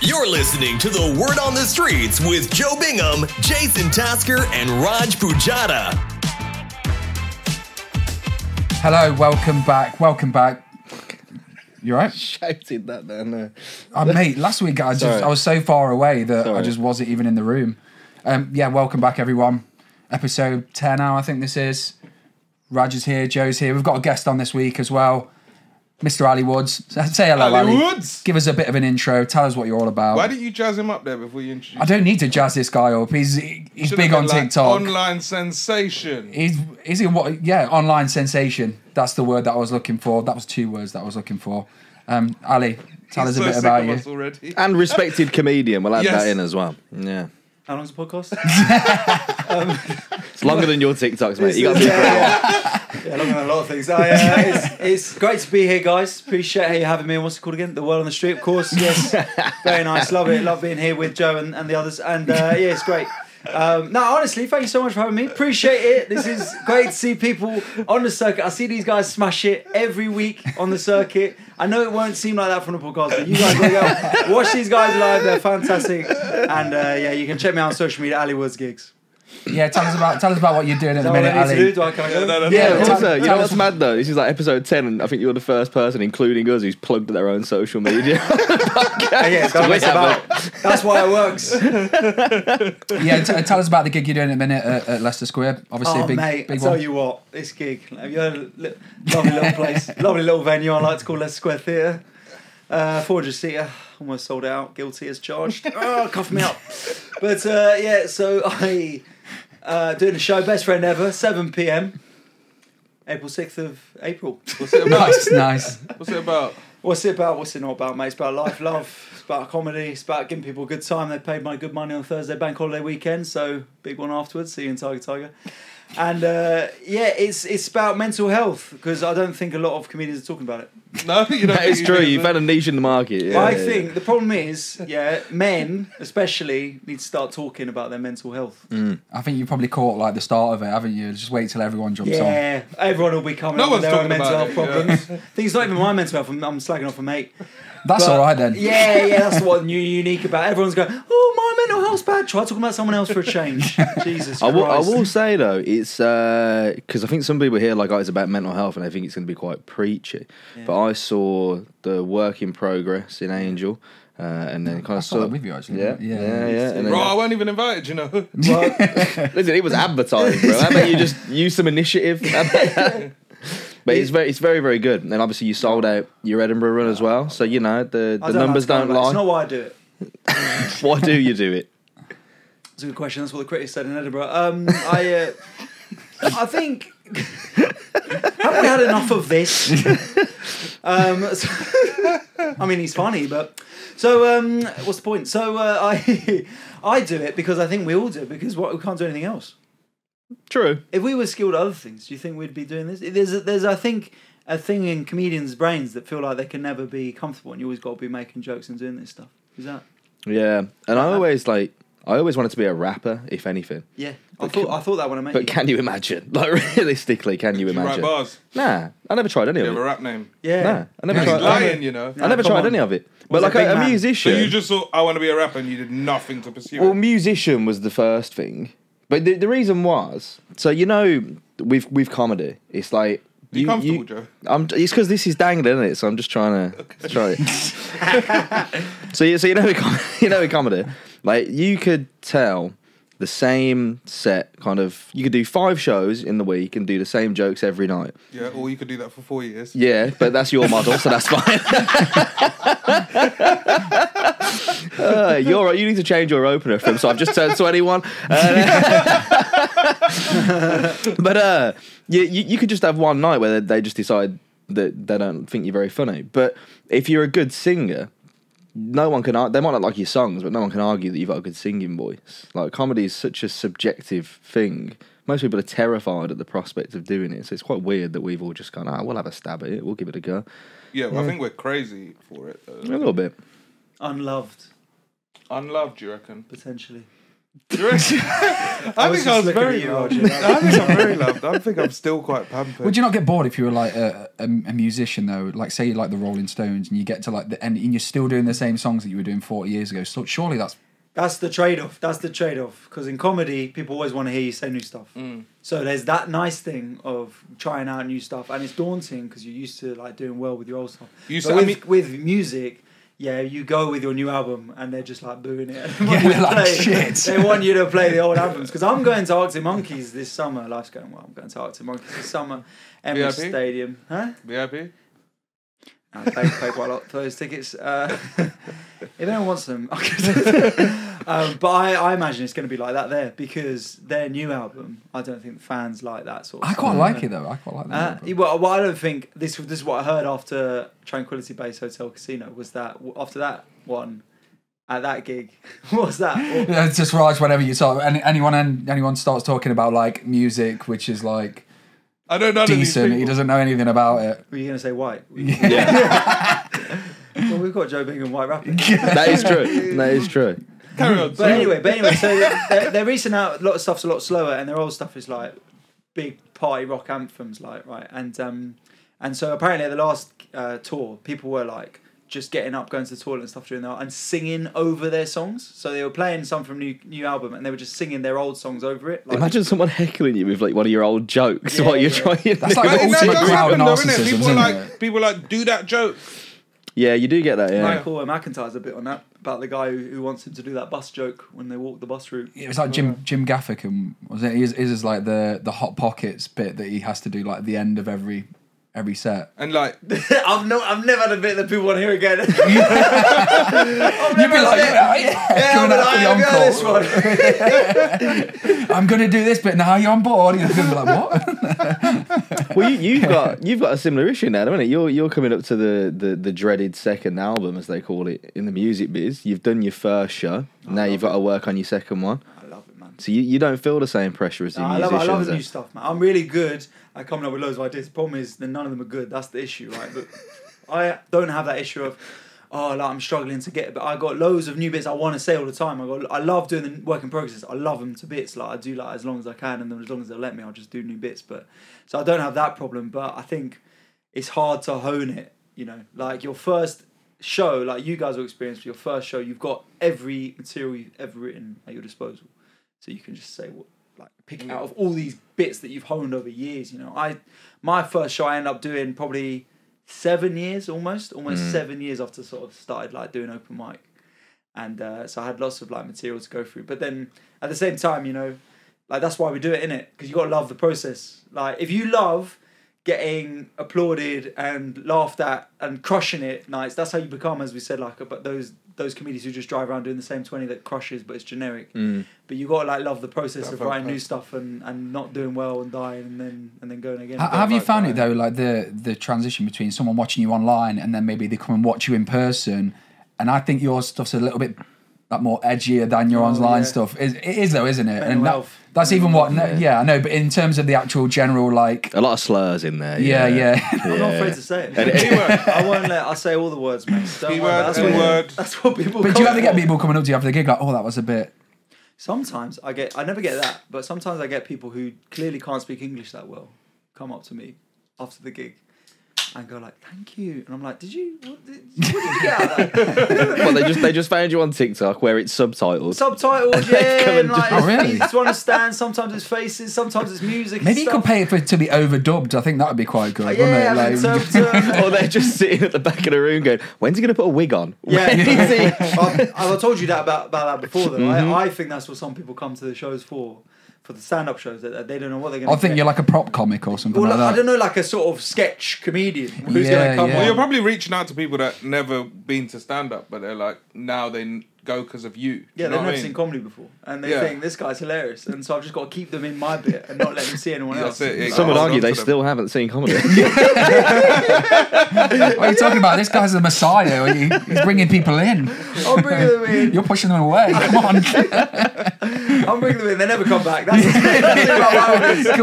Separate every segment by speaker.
Speaker 1: You're listening to the Word on the Streets with Joe Bingham, Jason Tasker, and Raj Pujada.
Speaker 2: Hello, welcome back. Welcome back. You right?
Speaker 3: shouted that down there.
Speaker 2: Uh, mate, last week I just
Speaker 3: Sorry.
Speaker 2: I was so far away that I
Speaker 3: Sorry.
Speaker 2: just wasn't even in the room. Um, yeah, welcome back everyone. Episode ten now, I think this is. Raj is here, Joe's here. We've got a guest on this week as well. Mr. Ali Woods. Say hello,
Speaker 4: Ali
Speaker 2: Ali.
Speaker 4: Woods!
Speaker 2: Give us a bit of an intro. Tell us what you're all about.
Speaker 4: Why didn't you jazz him up there before you introduced?
Speaker 2: I don't need to jazz this guy up. He's he's
Speaker 4: Should've
Speaker 2: big
Speaker 4: been
Speaker 2: on
Speaker 4: like
Speaker 2: TikTok.
Speaker 4: Online sensation.
Speaker 2: He's is he what? Yeah, online sensation. That's the word that I was looking for. That was two words that I was looking for. Um, Ali, tell us a
Speaker 4: He's so
Speaker 2: bit
Speaker 4: sick
Speaker 2: about
Speaker 4: of
Speaker 2: you.
Speaker 4: us already.
Speaker 3: And respected comedian. We'll add
Speaker 4: Yes.
Speaker 3: that in as well. Yeah.
Speaker 5: How long's the podcast?
Speaker 3: It's longer than your TikToks, mate. You got to
Speaker 5: Yeah, yeah. yeah, longer than a lot of things. Oh, yeah, it's, it's great to be here, guys. Appreciate you having me. What's it called again? The World on the Street, of course. Yes, very nice. Love it. Love being here with Joe and, and the others. And uh, yeah, it's great. Um, no, honestly, thank you so much for having me. Appreciate it. This is great to see people on the circuit. I see these guys smash it every week on the circuit. I know it won't seem like that from the podcast, but you guys go watch these guys live. They're fantastic. And uh, yeah, you can check me out on social media, Ali Woods Gigs.
Speaker 2: Yeah, tell us about tell us about what you're doing at
Speaker 5: Is that
Speaker 2: the
Speaker 5: what
Speaker 2: minute,
Speaker 5: I need to do?
Speaker 2: Ali.
Speaker 5: Do I, can I go?
Speaker 4: no, no,
Speaker 3: Yeah,
Speaker 2: Yeah,
Speaker 3: also,
Speaker 2: tell-
Speaker 3: you know
Speaker 2: tell
Speaker 3: what's
Speaker 2: us-
Speaker 3: mad though? This is like episode 10, and I think you're the first person, including us, who's plugged their own social media.
Speaker 5: Oh, yeah, it's gotta
Speaker 3: We
Speaker 5: mess about. That's why it works.
Speaker 2: Yeah, t- tell us about the gig you're doing at the minute at, at Leicester Square. Obviously,
Speaker 5: Oh,
Speaker 2: a big,
Speaker 5: mate, I
Speaker 2: big
Speaker 5: tell
Speaker 2: one.
Speaker 5: you what, this gig. Have you heard of li- lovely little place, lovely little venue. I like to call Leicester Square Theatre. Uh, 400 seater, almost sold out. Guilty as charged. Oh, cough me up. But uh, yeah, so I uh, doing a show, best friend ever, 7 p.m. April 6th of April.
Speaker 4: What's it about?
Speaker 2: nice, nice.
Speaker 4: What's it about?
Speaker 5: What's it about? What's it not about, mate? It's about life, love. It's about comedy. It's about giving people a good time. They paid my good money on Thursday bank holiday weekend, so big one afterwards. See you in Tiger Tiger. And uh, yeah, it's it's about mental health because I don't think a lot of comedians are talking about it.
Speaker 4: No, you don't.
Speaker 3: that is true. You found a niche in the market. Yeah,
Speaker 5: I
Speaker 3: yeah, yeah.
Speaker 5: think the problem is, yeah, men especially need to start talking about their mental health.
Speaker 4: Mm,
Speaker 2: I think you probably caught like the start of it, haven't you? Just wait till everyone jumps on.
Speaker 5: Yeah, everyone will be coming
Speaker 4: No
Speaker 5: up
Speaker 4: one's
Speaker 5: with their
Speaker 4: talking
Speaker 5: own mental health
Speaker 4: about it, yeah.
Speaker 5: problems. Things not even my mental health. I'm, I'm slagging off a mate.
Speaker 2: That's
Speaker 5: But-
Speaker 2: all right then.
Speaker 5: Yeah, yeah, that's what new unique about. it. Everyone's going, oh, my mental health's bad. Try talking about someone else for a change. Jesus
Speaker 3: I will, I
Speaker 5: Christ.
Speaker 3: will say though, it's because I think some people here like oh, it's about mental health, and I think it's going to be quite preachy. But I saw the work in progress in Angel, uh, and then kind
Speaker 2: I
Speaker 3: of
Speaker 2: saw
Speaker 3: saw
Speaker 2: that with you, actually.
Speaker 3: Yeah,
Speaker 2: Yeah.
Speaker 3: yeah, yeah. and then-
Speaker 4: Bro, I wasn't even invited. You know.
Speaker 3: listen, it was advertised, bro. How about you just use some initiative? But it's very, it's very, very good. And obviously, you sold out your Edinburgh run as well. So you know the,
Speaker 5: I
Speaker 3: the
Speaker 5: don't know
Speaker 3: numbers
Speaker 5: how
Speaker 3: don't
Speaker 5: to go about it. It's
Speaker 3: lie.
Speaker 5: not why I do it.
Speaker 3: Why do you do it?
Speaker 5: It's a good question. That's what the critics said in Edinburgh. Um, I, uh, I think. Have we had enough of this? um, so- I mean, he's funny, but so um, what's the point? So uh, I, I do it because I think we all do it because what, we can't do anything else.
Speaker 3: True.
Speaker 5: If we were skilled at other things, do you think we'd be doing this? There's, a, there's, I think, a thing in comedians' brains that feel like they can never be comfortable, and you always got to be making jokes and doing this stuff. Is that?
Speaker 3: Yeah, and
Speaker 5: Uh-huh.
Speaker 3: I always like, I always wanted to be a rapper, if anything.
Speaker 5: Yeah, I thought, I thought that when I met
Speaker 3: But
Speaker 5: you.
Speaker 3: can you imagine? Like realistically, can you
Speaker 4: You write
Speaker 3: imagine?
Speaker 4: bars.
Speaker 3: Nah, I never tried any
Speaker 4: You
Speaker 3: of
Speaker 4: have
Speaker 3: it.
Speaker 4: a rap name.
Speaker 5: yeah,
Speaker 3: Nah, I never
Speaker 2: Yeah,
Speaker 4: He's
Speaker 3: tried.
Speaker 4: lying. You know.
Speaker 3: I never
Speaker 5: Nah, come
Speaker 3: tried
Speaker 5: on.
Speaker 3: any of it.
Speaker 5: Was
Speaker 3: But
Speaker 5: a
Speaker 3: like
Speaker 5: big
Speaker 3: a, a
Speaker 5: man.
Speaker 4: So
Speaker 3: musician,
Speaker 4: you just thought I want to be a rapper, and you did nothing to pursue
Speaker 3: well,
Speaker 4: it.
Speaker 3: musician was the first thing. But the, the reason was, so you know, with with comedy, it's like
Speaker 4: You comfortable, Joe?
Speaker 3: I'm, it's because this is dangling, isn't it? So I'm just trying to try it. so you so you know with com- you know with comedy, like you could tell the same set kind of you could do five shows in the week and do the same jokes every night.
Speaker 4: Yeah, or you could do that for four years.
Speaker 3: Yeah, but that's your model, so that's fine. uh, you're right. You need to change your opener from. So I've just turned to anyone. Uh, but uh, you, you you could just have one night where they, they just decide that they don't think you're very funny. But if you're a good singer, no one can. ar- They might not like your songs, but no one can argue that you've got a good singing voice. Like comedy is such a subjective thing. Most people are terrified at the prospect of doing it, so it's quite weird that we've all just gone. Ah, we'll have a stab at it. We'll give it a go.
Speaker 4: Yeah, but I think we're crazy for it.
Speaker 3: A
Speaker 4: Though.
Speaker 3: little bit.
Speaker 5: unloved
Speaker 4: Unloved, you reckon?
Speaker 5: potentially.
Speaker 4: You're right. I, think
Speaker 5: was just
Speaker 4: I was
Speaker 5: looking
Speaker 4: very
Speaker 5: at you,
Speaker 4: loved.
Speaker 5: Archie.
Speaker 4: I think I'm very loved. I think I'm still quite pampered.
Speaker 2: Would you not get bored if you were like a, a, a musician though? Like say you like the Rolling Stones and you get to like the end and you're still doing the same songs that you were doing 40 years ago. So surely that's
Speaker 5: That's the trade off. That's the trade off. Because in comedy, people always want to hear you say new stuff.
Speaker 2: Mm.
Speaker 5: So there's that nice thing of trying out new stuff, and it's daunting because you're used to like doing well with your old stuff.
Speaker 4: You used
Speaker 5: But
Speaker 4: to- I
Speaker 5: with, with music, yeah, you go with your new album, and they're just like booing it. They
Speaker 2: Yeah,
Speaker 5: want you
Speaker 2: they're
Speaker 5: to
Speaker 2: like,
Speaker 5: play-
Speaker 2: "Shit."
Speaker 5: They want you to play the old albums because I'm going to Arctic Monkeys this summer. Life's going well. I'm going to Arctic Monkeys this summer. Emirates
Speaker 4: VIP?
Speaker 5: Stadium, huh?
Speaker 4: Be happy?
Speaker 5: I pay, pay quite a lot for those tickets. Uh, if anyone wants them, I could- um, but I, I imagine it's going to be like that there because their new album. I don't think fans like that sort. of
Speaker 2: I
Speaker 5: stuff.
Speaker 2: quite like it though. I quite like
Speaker 5: Uh,
Speaker 2: that.
Speaker 5: yeah, well, well, I don't think this. This is what I heard after Tranquility Base Hotel Casino was that w- after that one, at that gig, what was that? What-
Speaker 2: Yeah, it's Uh, just Raj whenever you saw any, anyone anyone starts talking about like music, which is like
Speaker 4: I know none of these
Speaker 2: decent.
Speaker 4: people.
Speaker 2: He doesn't know anything about it.
Speaker 5: Were you going to say white?
Speaker 3: Yeah,
Speaker 5: well, we've got Joe Bingham white rapping.
Speaker 3: that is true. That is true.
Speaker 4: Carry on.
Speaker 5: But
Speaker 4: sorry.
Speaker 5: anyway, but anyway, so their, their recent out, a lot of stuff's a lot slower, and their old stuff is like big party rock anthems, like right. And um, and so apparently at the last uh, tour, people were like just getting up, going to the toilet and stuff during that, and singing over their songs. So they were playing some from new new album, and they were just singing their old songs over it. Like,
Speaker 3: Imagine someone heckling you with like one of your old jokes
Speaker 5: Yeah,
Speaker 3: while you're
Speaker 5: yeah.
Speaker 3: trying.
Speaker 2: That's like
Speaker 4: But
Speaker 2: the
Speaker 4: it- that
Speaker 2: ultimate
Speaker 4: does
Speaker 2: crowd
Speaker 4: happen though, innit?
Speaker 2: narcissism.
Speaker 4: People are
Speaker 2: isn't
Speaker 4: like,
Speaker 2: it?
Speaker 4: people are like, do that joke.
Speaker 3: yeah, you do get that. Yeah,
Speaker 5: Michael McIntyre's a bit on that about the guy who, who wants him to do that bus joke when they walk the bus route.
Speaker 2: It was like Jim Jim Gaffigan was it? His, his is like the the hot pockets bit that he has to do like at the end of every every set.
Speaker 4: And like,
Speaker 5: I've no, I've never had a bit that people want to hear again. I've
Speaker 2: You'd
Speaker 5: never
Speaker 2: be like,
Speaker 5: had it.
Speaker 2: yeah, yeah,
Speaker 5: Yeah,
Speaker 2: coming
Speaker 5: I'm
Speaker 2: out for the
Speaker 5: like, I've got
Speaker 2: encore.
Speaker 5: this one.
Speaker 2: I'm gonna do this bit now. Are you on board? You're gonna be like, what?
Speaker 3: Well, you, you've got you've got a similar issue now, haven't it? You're you're coming up to the, the the dreaded second album, as they call it in the music biz. You've done your first show. now you've got to work on your second one.
Speaker 5: I love it, man.
Speaker 3: So you, you don't feel the same pressure as the
Speaker 5: No, I love,
Speaker 3: musicians.
Speaker 5: I love the
Speaker 3: uh,
Speaker 5: new stuff, man. I'm really good at coming up with loads of ideas. The problem is that none of them are good. That's the issue, right? But I don't have that issue of, oh, like, I'm struggling to get it. But I got loads of new bits I want to say all the time. I got, I love doing the work in progress. I love them to bits. Like I do, like as long as I can, and then as long as they'll let me, I'll just do new bits. But so I don't have that problem. But I think it's hard to hone it. You know, like your first show, like you guys will experience with your first show, you've got every material you've ever written at your disposal. So you can just say what like pick out of all these bits that you've honed over years, you know. I my first show I ended up doing probably seven years almost, almost seven years after sort of started like doing open mic. And uh, so I had lots of like material to go through. But then at the same time, you know, like that's why we do it in it because you got to love the process. Like if you love getting applauded and laughed at and crushing it nights, that's how you become, as we said, like about those those comedians who just drive around doing the same twenty that crushes, but it's generic.
Speaker 2: Mm.
Speaker 5: But you got to like love the process of
Speaker 4: felt
Speaker 5: writing new
Speaker 4: perfect.
Speaker 5: stuff and and not doing well and dying and then and then going again.
Speaker 2: Ha- Have you found it though, like the the transition between someone watching you online and then maybe they come and watch you in person? And I think your stuff's a little bit like more edgier than your
Speaker 5: Oh,
Speaker 2: online
Speaker 5: yeah.
Speaker 2: stuff. Is it is though, isn't it?
Speaker 5: Mental
Speaker 2: and that-
Speaker 5: health.
Speaker 2: that's even what. Yeah. I know. But in terms of the actual general, like,
Speaker 3: A lot of slurs in there.
Speaker 2: yeah, yeah.
Speaker 5: I'm not afraid to say it.
Speaker 4: Keyword.
Speaker 5: I won't let. I say all the words, mate. Don't worry.
Speaker 4: Keyword,
Speaker 5: That's what,
Speaker 4: N-word.
Speaker 5: that's what people.
Speaker 2: but do you ever get
Speaker 5: me?
Speaker 2: people coming up to you after the gig like, oh, that was a bit?
Speaker 5: Sometimes I get, I never get that, but sometimes I get people who clearly can't speak English that well come up to me after the gig and go like, "Thank you," and I'm like, "Did you? What did, what did you get out of that?"
Speaker 3: well, they just they just found you on TikTok where it's subtitled.
Speaker 5: Subtitles, yeah,
Speaker 3: come
Speaker 5: and
Speaker 3: and
Speaker 5: like,
Speaker 2: do- Oh, really?
Speaker 5: you just understand. Sometimes it's faces, sometimes it's music. and
Speaker 2: Maybe you could
Speaker 5: stuff.
Speaker 2: pay it for it to be overdubbed. I think that would be quite good, wouldn't
Speaker 5: Yeah,
Speaker 2: it?
Speaker 5: like, interpreter.
Speaker 3: or they're just sitting at the back of the room going, "When's he going to put a wig on?"
Speaker 5: Yeah,
Speaker 3: When is he-
Speaker 5: I've, I've told you that about, about that before, though.
Speaker 2: Mm-hmm.
Speaker 5: I, I think that's what some people come to the shows for, for the stand-up shows. That that they don't know what they're going
Speaker 2: I
Speaker 5: to.
Speaker 2: think you're like a prop comic or something
Speaker 5: Well,
Speaker 2: like that.
Speaker 5: I don't know, like a sort of sketch comedian who's going
Speaker 2: Yeah,
Speaker 5: to come
Speaker 2: yeah.
Speaker 5: on.
Speaker 4: well, you're probably reaching out to people that never been to stand up, but they're like, now they n- go because of you. Do
Speaker 5: Yeah,
Speaker 4: you know
Speaker 5: they've
Speaker 4: what
Speaker 5: never
Speaker 4: I mean?
Speaker 5: seen comedy before, and they
Speaker 4: Yeah.
Speaker 5: think this guy's hilarious, and so I've just got to keep them in my bit and not let them see anyone
Speaker 4: That's
Speaker 5: else.
Speaker 4: it, yeah.
Speaker 3: Some would
Speaker 4: Hold on
Speaker 3: argue
Speaker 4: to
Speaker 3: they
Speaker 4: them.
Speaker 3: still haven't seen comedy.
Speaker 2: What are you talking about? This guy's the messiah. He- He's bringing people in.
Speaker 5: I'll bring them in.
Speaker 2: You're pushing them away. Come on.
Speaker 5: I'm bringing them in. They never come back. That's, that's it about my audience. I'll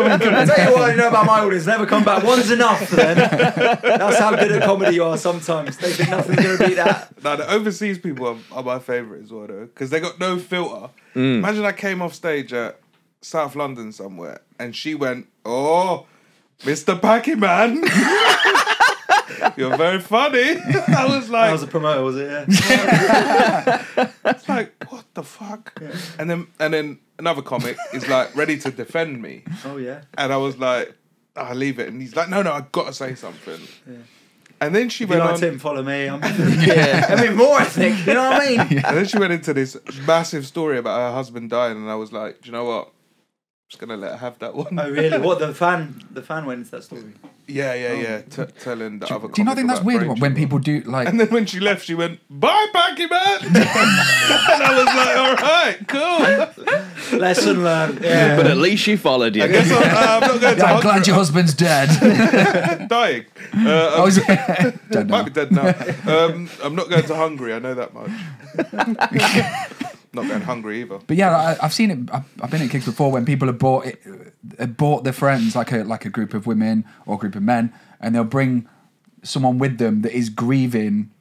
Speaker 5: tell you what I know about my audience. Never come back. One's enough. Then that's how good at comedy you are. Sometimes they think nothing's going to beat that.
Speaker 4: Now the overseas people are, are my favourite as well, though, because they got no filter. Imagine I came off stage at South London somewhere, and she went, "Oh, Mr. Packy Man, you're very funny." I was like,
Speaker 5: I was a promoter, was it? Yeah.
Speaker 4: it's like, what the fuck? And then, and then another comic is like ready to defend me,
Speaker 5: Oh yeah.
Speaker 4: and I was like, "I'll leave it." And he's like, "No, no, I gotta say something." And then she
Speaker 5: If you
Speaker 4: went
Speaker 5: like
Speaker 4: on.
Speaker 5: Tim, follow me. I'm, I mean, more ethnic. You know what I mean?
Speaker 4: And then she went into this massive story about her husband dying, and I was like, do you know what? I'm just gonna let her have that one.
Speaker 5: Oh really? What the fan? The fan went into that story.
Speaker 4: Yeah, yeah, yeah.
Speaker 5: Oh.
Speaker 4: T- telling the other.
Speaker 2: Do you not
Speaker 4: comic
Speaker 2: think that's
Speaker 4: about
Speaker 2: weird
Speaker 4: Rachel.
Speaker 2: when people do like?
Speaker 4: And then when she left, she went, "Bye, Packy Man," and I was like, "All right, cool."
Speaker 5: Lesson learned. Yeah.
Speaker 3: But at least she followed you.
Speaker 4: I guess I'm, uh, I'm not going to.
Speaker 2: Yeah, I'm
Speaker 4: hug
Speaker 2: glad your husband's dead.
Speaker 4: her. dying. Uh,
Speaker 2: I was, don't
Speaker 4: Might
Speaker 2: know.
Speaker 4: be dead now. Um, I'm not going to Hungary. I know that much. not going hungry either.
Speaker 2: But yeah, I, I've seen it. I've, I've been at gigs before when people have bought it, have bought their friends, like a like a group of women or a group of men, and they'll bring someone with them that is grieving,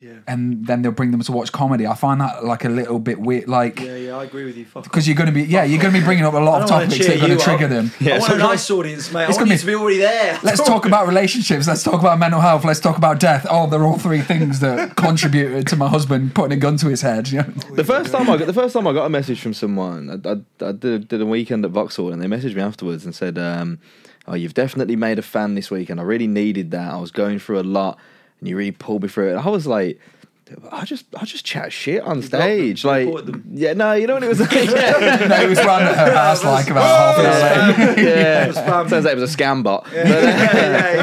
Speaker 5: Yeah.
Speaker 2: and then they'll bring them to watch comedy. I find that like a little bit weird, like
Speaker 5: Yeah, yeah, I agree with you. Fuck.
Speaker 2: because you're going to be yeah, you're going to be bringing up a lot
Speaker 5: I
Speaker 2: of
Speaker 5: don't wanna
Speaker 2: topics
Speaker 5: cheer
Speaker 2: that are going
Speaker 5: you
Speaker 2: to trigger
Speaker 5: up.
Speaker 2: them.
Speaker 5: I
Speaker 3: Yeah,
Speaker 5: want a
Speaker 3: sometimes-
Speaker 5: nice audience, mate. I
Speaker 2: It's
Speaker 5: want
Speaker 2: gonna
Speaker 5: you
Speaker 2: be-
Speaker 5: to be already there.
Speaker 2: Let's talk about relationships. Let's talk about mental health. Let's talk about death. Oh, they're all three things that contributed to my husband putting a gun to his head. You know?
Speaker 3: The first time I got the first time I got a message from someone, I, I, I did, did a weekend at Vauxhall, and they messaged me afterwards and said, um, "Oh, you've definitely made a fan this weekend. I really needed that. I was going through a lot, and you really pulled me through it." And I was like. I just I just chat shit on stage,
Speaker 5: them.
Speaker 3: like
Speaker 5: You bought them.
Speaker 3: yeah, no, you know what it was. yeah,
Speaker 2: no, he was round at her house like about half an hour later.
Speaker 3: yeah.
Speaker 5: spam.
Speaker 3: turns out it was a scam bot.
Speaker 5: yeah, yeah,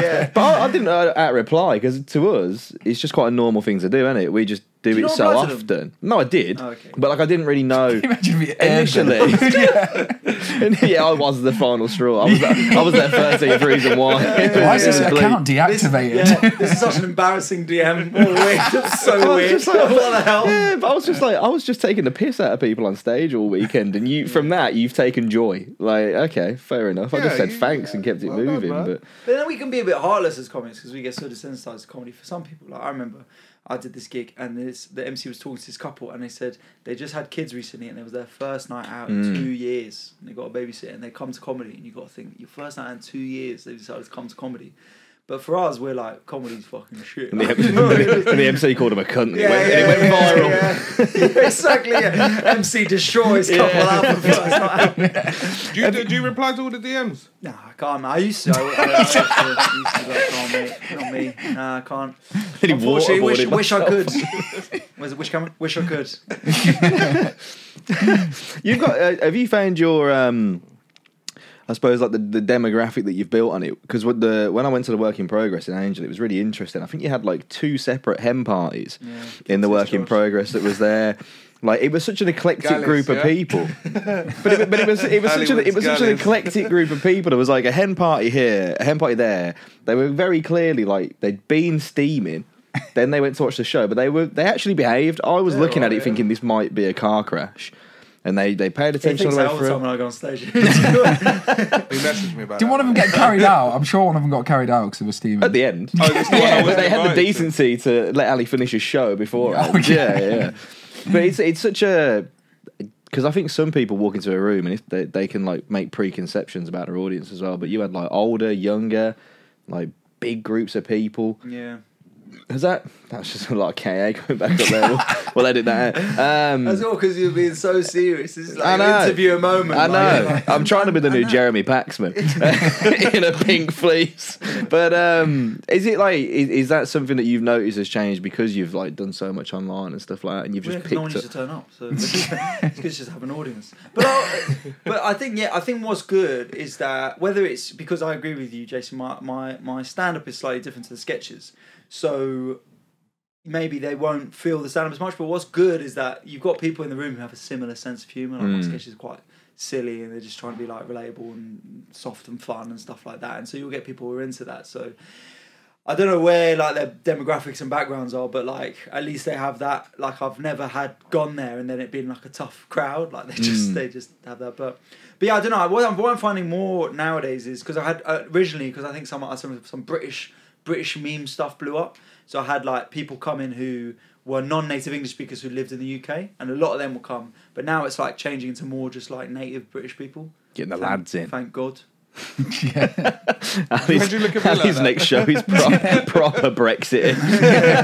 Speaker 5: yeah.
Speaker 3: But I, I didn't uh, at reply because to us it's just quite a normal thing to do, isn't it? We just do,
Speaker 5: you
Speaker 3: it
Speaker 5: not
Speaker 3: so
Speaker 5: reply to
Speaker 3: often.
Speaker 5: them?
Speaker 3: No, I did,
Speaker 5: Oh, okay.
Speaker 3: but like I didn't really know.
Speaker 2: Imagine if he aired them.
Speaker 3: Initially, And, yeah, I was the final straw. I was that, I was that thirteenth reason why.
Speaker 2: Why is this
Speaker 3: Bleak.
Speaker 2: account
Speaker 5: This,
Speaker 2: deactivated?
Speaker 5: yeah, this is such an embarrassing DM. All the way. That's so weird.
Speaker 3: just like-
Speaker 5: what the hell?
Speaker 3: Yeah, but I was just like, I was just taking the piss out of people on stage all weekend, and you from that you've taken joy. Like, okay, fair enough. I just
Speaker 4: Yeah,
Speaker 3: said
Speaker 4: you-
Speaker 3: thanks and kept it
Speaker 4: well done,
Speaker 3: moving,
Speaker 4: man.
Speaker 3: but
Speaker 5: But then we can be a bit heartless as comics because we get so desensitized to comedy. For some people, like I remember, I did this gig and this the MC was talking to this couple and they said they just had kids recently and it was their first night out in two years and they got a babysitter and they come to comedy and you got to think your first night out in two years they decided to come to comedy. But for us, we're like comedy's fucking shit.
Speaker 3: and the, MC, and the MC called him a cunt. and it went- and it went viral.
Speaker 5: yeah, yeah. exactly. Yeah. MC destroys couple album first night out.
Speaker 4: Do you, do, do you reply to all the DMs?
Speaker 5: No, I can't. mate. I used to. I, I, I used to. I used to. Like, oh, mate, not me. Nah, I can't.
Speaker 3: And he
Speaker 5: Unfortunately, wish,
Speaker 3: waterboarded
Speaker 5: wish I could. Where's the wish camera? Wish I could.
Speaker 3: You've got. Uh, have you found your? Um, I suppose like the, the demographic that you've built on it because when the when I went to the work in progress in Angel, it was really interesting. I think you had like two separate hen parties in the work in
Speaker 5: George.
Speaker 3: progress that was there. Like it was such an eclectic
Speaker 4: Gallus,
Speaker 3: group of
Speaker 4: yeah?
Speaker 3: people, but it, but it was it was such an, it was such an
Speaker 4: Gallus.
Speaker 3: eclectic group of people. There was like a hen party here, a hen party there. They were very clearly like they'd been steaming. Then they went to watch the show, but they were they actually behaved. I was looking at
Speaker 4: right,
Speaker 3: it
Speaker 4: yeah.
Speaker 3: thinking this might be a car crash, and they they paid
Speaker 5: He
Speaker 3: attention
Speaker 5: thinks
Speaker 3: all the
Speaker 5: that
Speaker 3: way
Speaker 5: all the time
Speaker 3: through.
Speaker 5: when I go on stage.
Speaker 4: He messaged me about.
Speaker 2: Did
Speaker 4: that.
Speaker 2: one of them get carried out? I'm sure one of them got carried out because of a steaming.
Speaker 3: At the end,
Speaker 4: Oh, that's the one I
Speaker 3: yeah,
Speaker 4: was
Speaker 3: but they had the
Speaker 4: invited to.
Speaker 3: decency to let Ali finish his show before.
Speaker 2: Oh,
Speaker 3: yeah, yeah. But it's it's such a because I think some people walk into a room and if they they can like make preconceptions about their audience as well. But you had like older, younger, like big groups of people.
Speaker 5: yeah.
Speaker 3: Hmm. Has that that's just a lot of KA going back up there. We'll, we'll edit that. Out. Um,
Speaker 5: That's all because you're being so serious. This is
Speaker 3: I
Speaker 5: like
Speaker 3: know.
Speaker 5: an interview moment.
Speaker 3: I know.
Speaker 5: Like,
Speaker 3: I'm trying to be the new Jeremy Paxman in a pink fleece. But um, is it like is, is that something that you've noticed has changed because you've like done so much online and stuff like that, and you've just
Speaker 5: Weird, 'cause no one
Speaker 3: picked
Speaker 5: used
Speaker 3: up?
Speaker 5: to turn up, so it's good to just have an audience. But I, but I think yeah, I think what's good is that whether it's because I agree with you, Jason, my my, my stand up is slightly different to the sketches, so maybe they won't feel the stand up as much. But what's good is that you've got people in the room who have a similar sense of humour. Like my
Speaker 3: Mm.
Speaker 5: sketches are quite silly and they're just trying to be like relatable and soft and fun and stuff like that. And so you'll get people who are into that. So I don't know where like their demographics and backgrounds are, but like at least they have that. Like I've never had gone there and then it being like a tough crowd. Like they just
Speaker 3: Mm.
Speaker 5: they just have that. But but yeah, I don't know. What I'm, what I'm finding more nowadays is because I had uh, originally because I think some some some British British meme stuff blew up. So I had like people come in who were non-native English speakers who lived in the UK, and a lot of them will come. But now it's like changing into more just like native British people.
Speaker 3: Getting the
Speaker 5: Thank-
Speaker 3: lads in.
Speaker 5: Thank God.
Speaker 2: yeah.
Speaker 3: Ali's,
Speaker 4: you look at me like
Speaker 3: Ali's
Speaker 4: that?
Speaker 3: next show is pro- proper Brexit.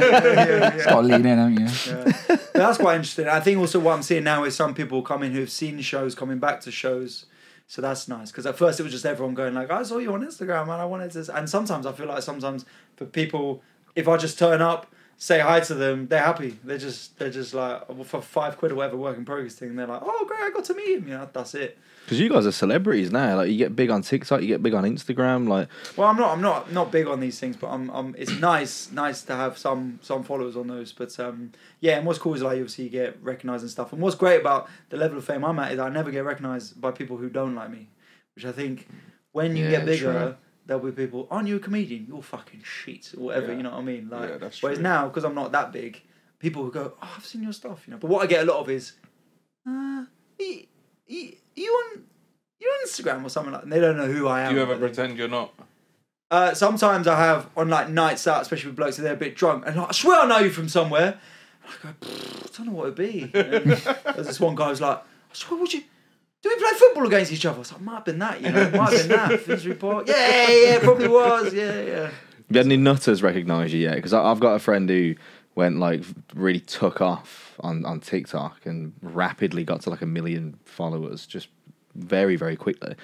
Speaker 2: It's got to lean in, haven't you?
Speaker 5: But that's quite interesting. I think also what I'm seeing now is some people coming who've seen shows coming back to shows. So that's nice because at first it was just everyone going like, "I saw you on Instagram and I wanted to." And sometimes I feel like sometimes for people, if I just turn up, say hi to them, they're happy. They're just they're just like oh, for five quid or whatever work in progress thing. They're like, "Oh great, I got to meet him." You know, that's it.
Speaker 3: Because you guys are celebrities now. Like you get big on TikTok, you get big on Instagram. Like
Speaker 5: Well, I'm not I'm not not big on these things, but I'm I'm it's nice nice to have some some followers on those. But um yeah, and what's cool is like you obviously get recognised and stuff. And what's great about the level of fame I'm at is I never get recognised by people who don't like me, which I think when you
Speaker 3: Yeah,
Speaker 5: get bigger.
Speaker 3: true.
Speaker 5: There'll be people, aren't you a comedian? You're fucking shit, or whatever.
Speaker 4: Yeah.
Speaker 5: You know what I mean? Like,
Speaker 4: Yeah, that's
Speaker 5: whereas
Speaker 4: true.
Speaker 5: now, because I'm not that big, people who go, "Oh, I've seen your stuff," you know. But what I get a lot of is, uh, y- y- you on you on Instagram or something like. And they don't know who I am.
Speaker 4: Do you ever
Speaker 5: but they-
Speaker 4: pretend you're not?
Speaker 5: uh, sometimes I have on like nights out, especially with blokes, and they're a bit drunk, and like, I swear I know you from somewhere. And I go, "Pfft, I don't know what it'd be. You know? There's this one guy who's like, I swear, would you? Do we play football against each other? I was like, might have been that, you know, might have been that. Finsbury Park. Yeah, yeah, yeah, probably was. Yeah, yeah.
Speaker 3: Have you had any nutters recognise you yet? Because I've got a friend who went like really took off on, on TikTok and rapidly got to like a million followers just very, very quickly.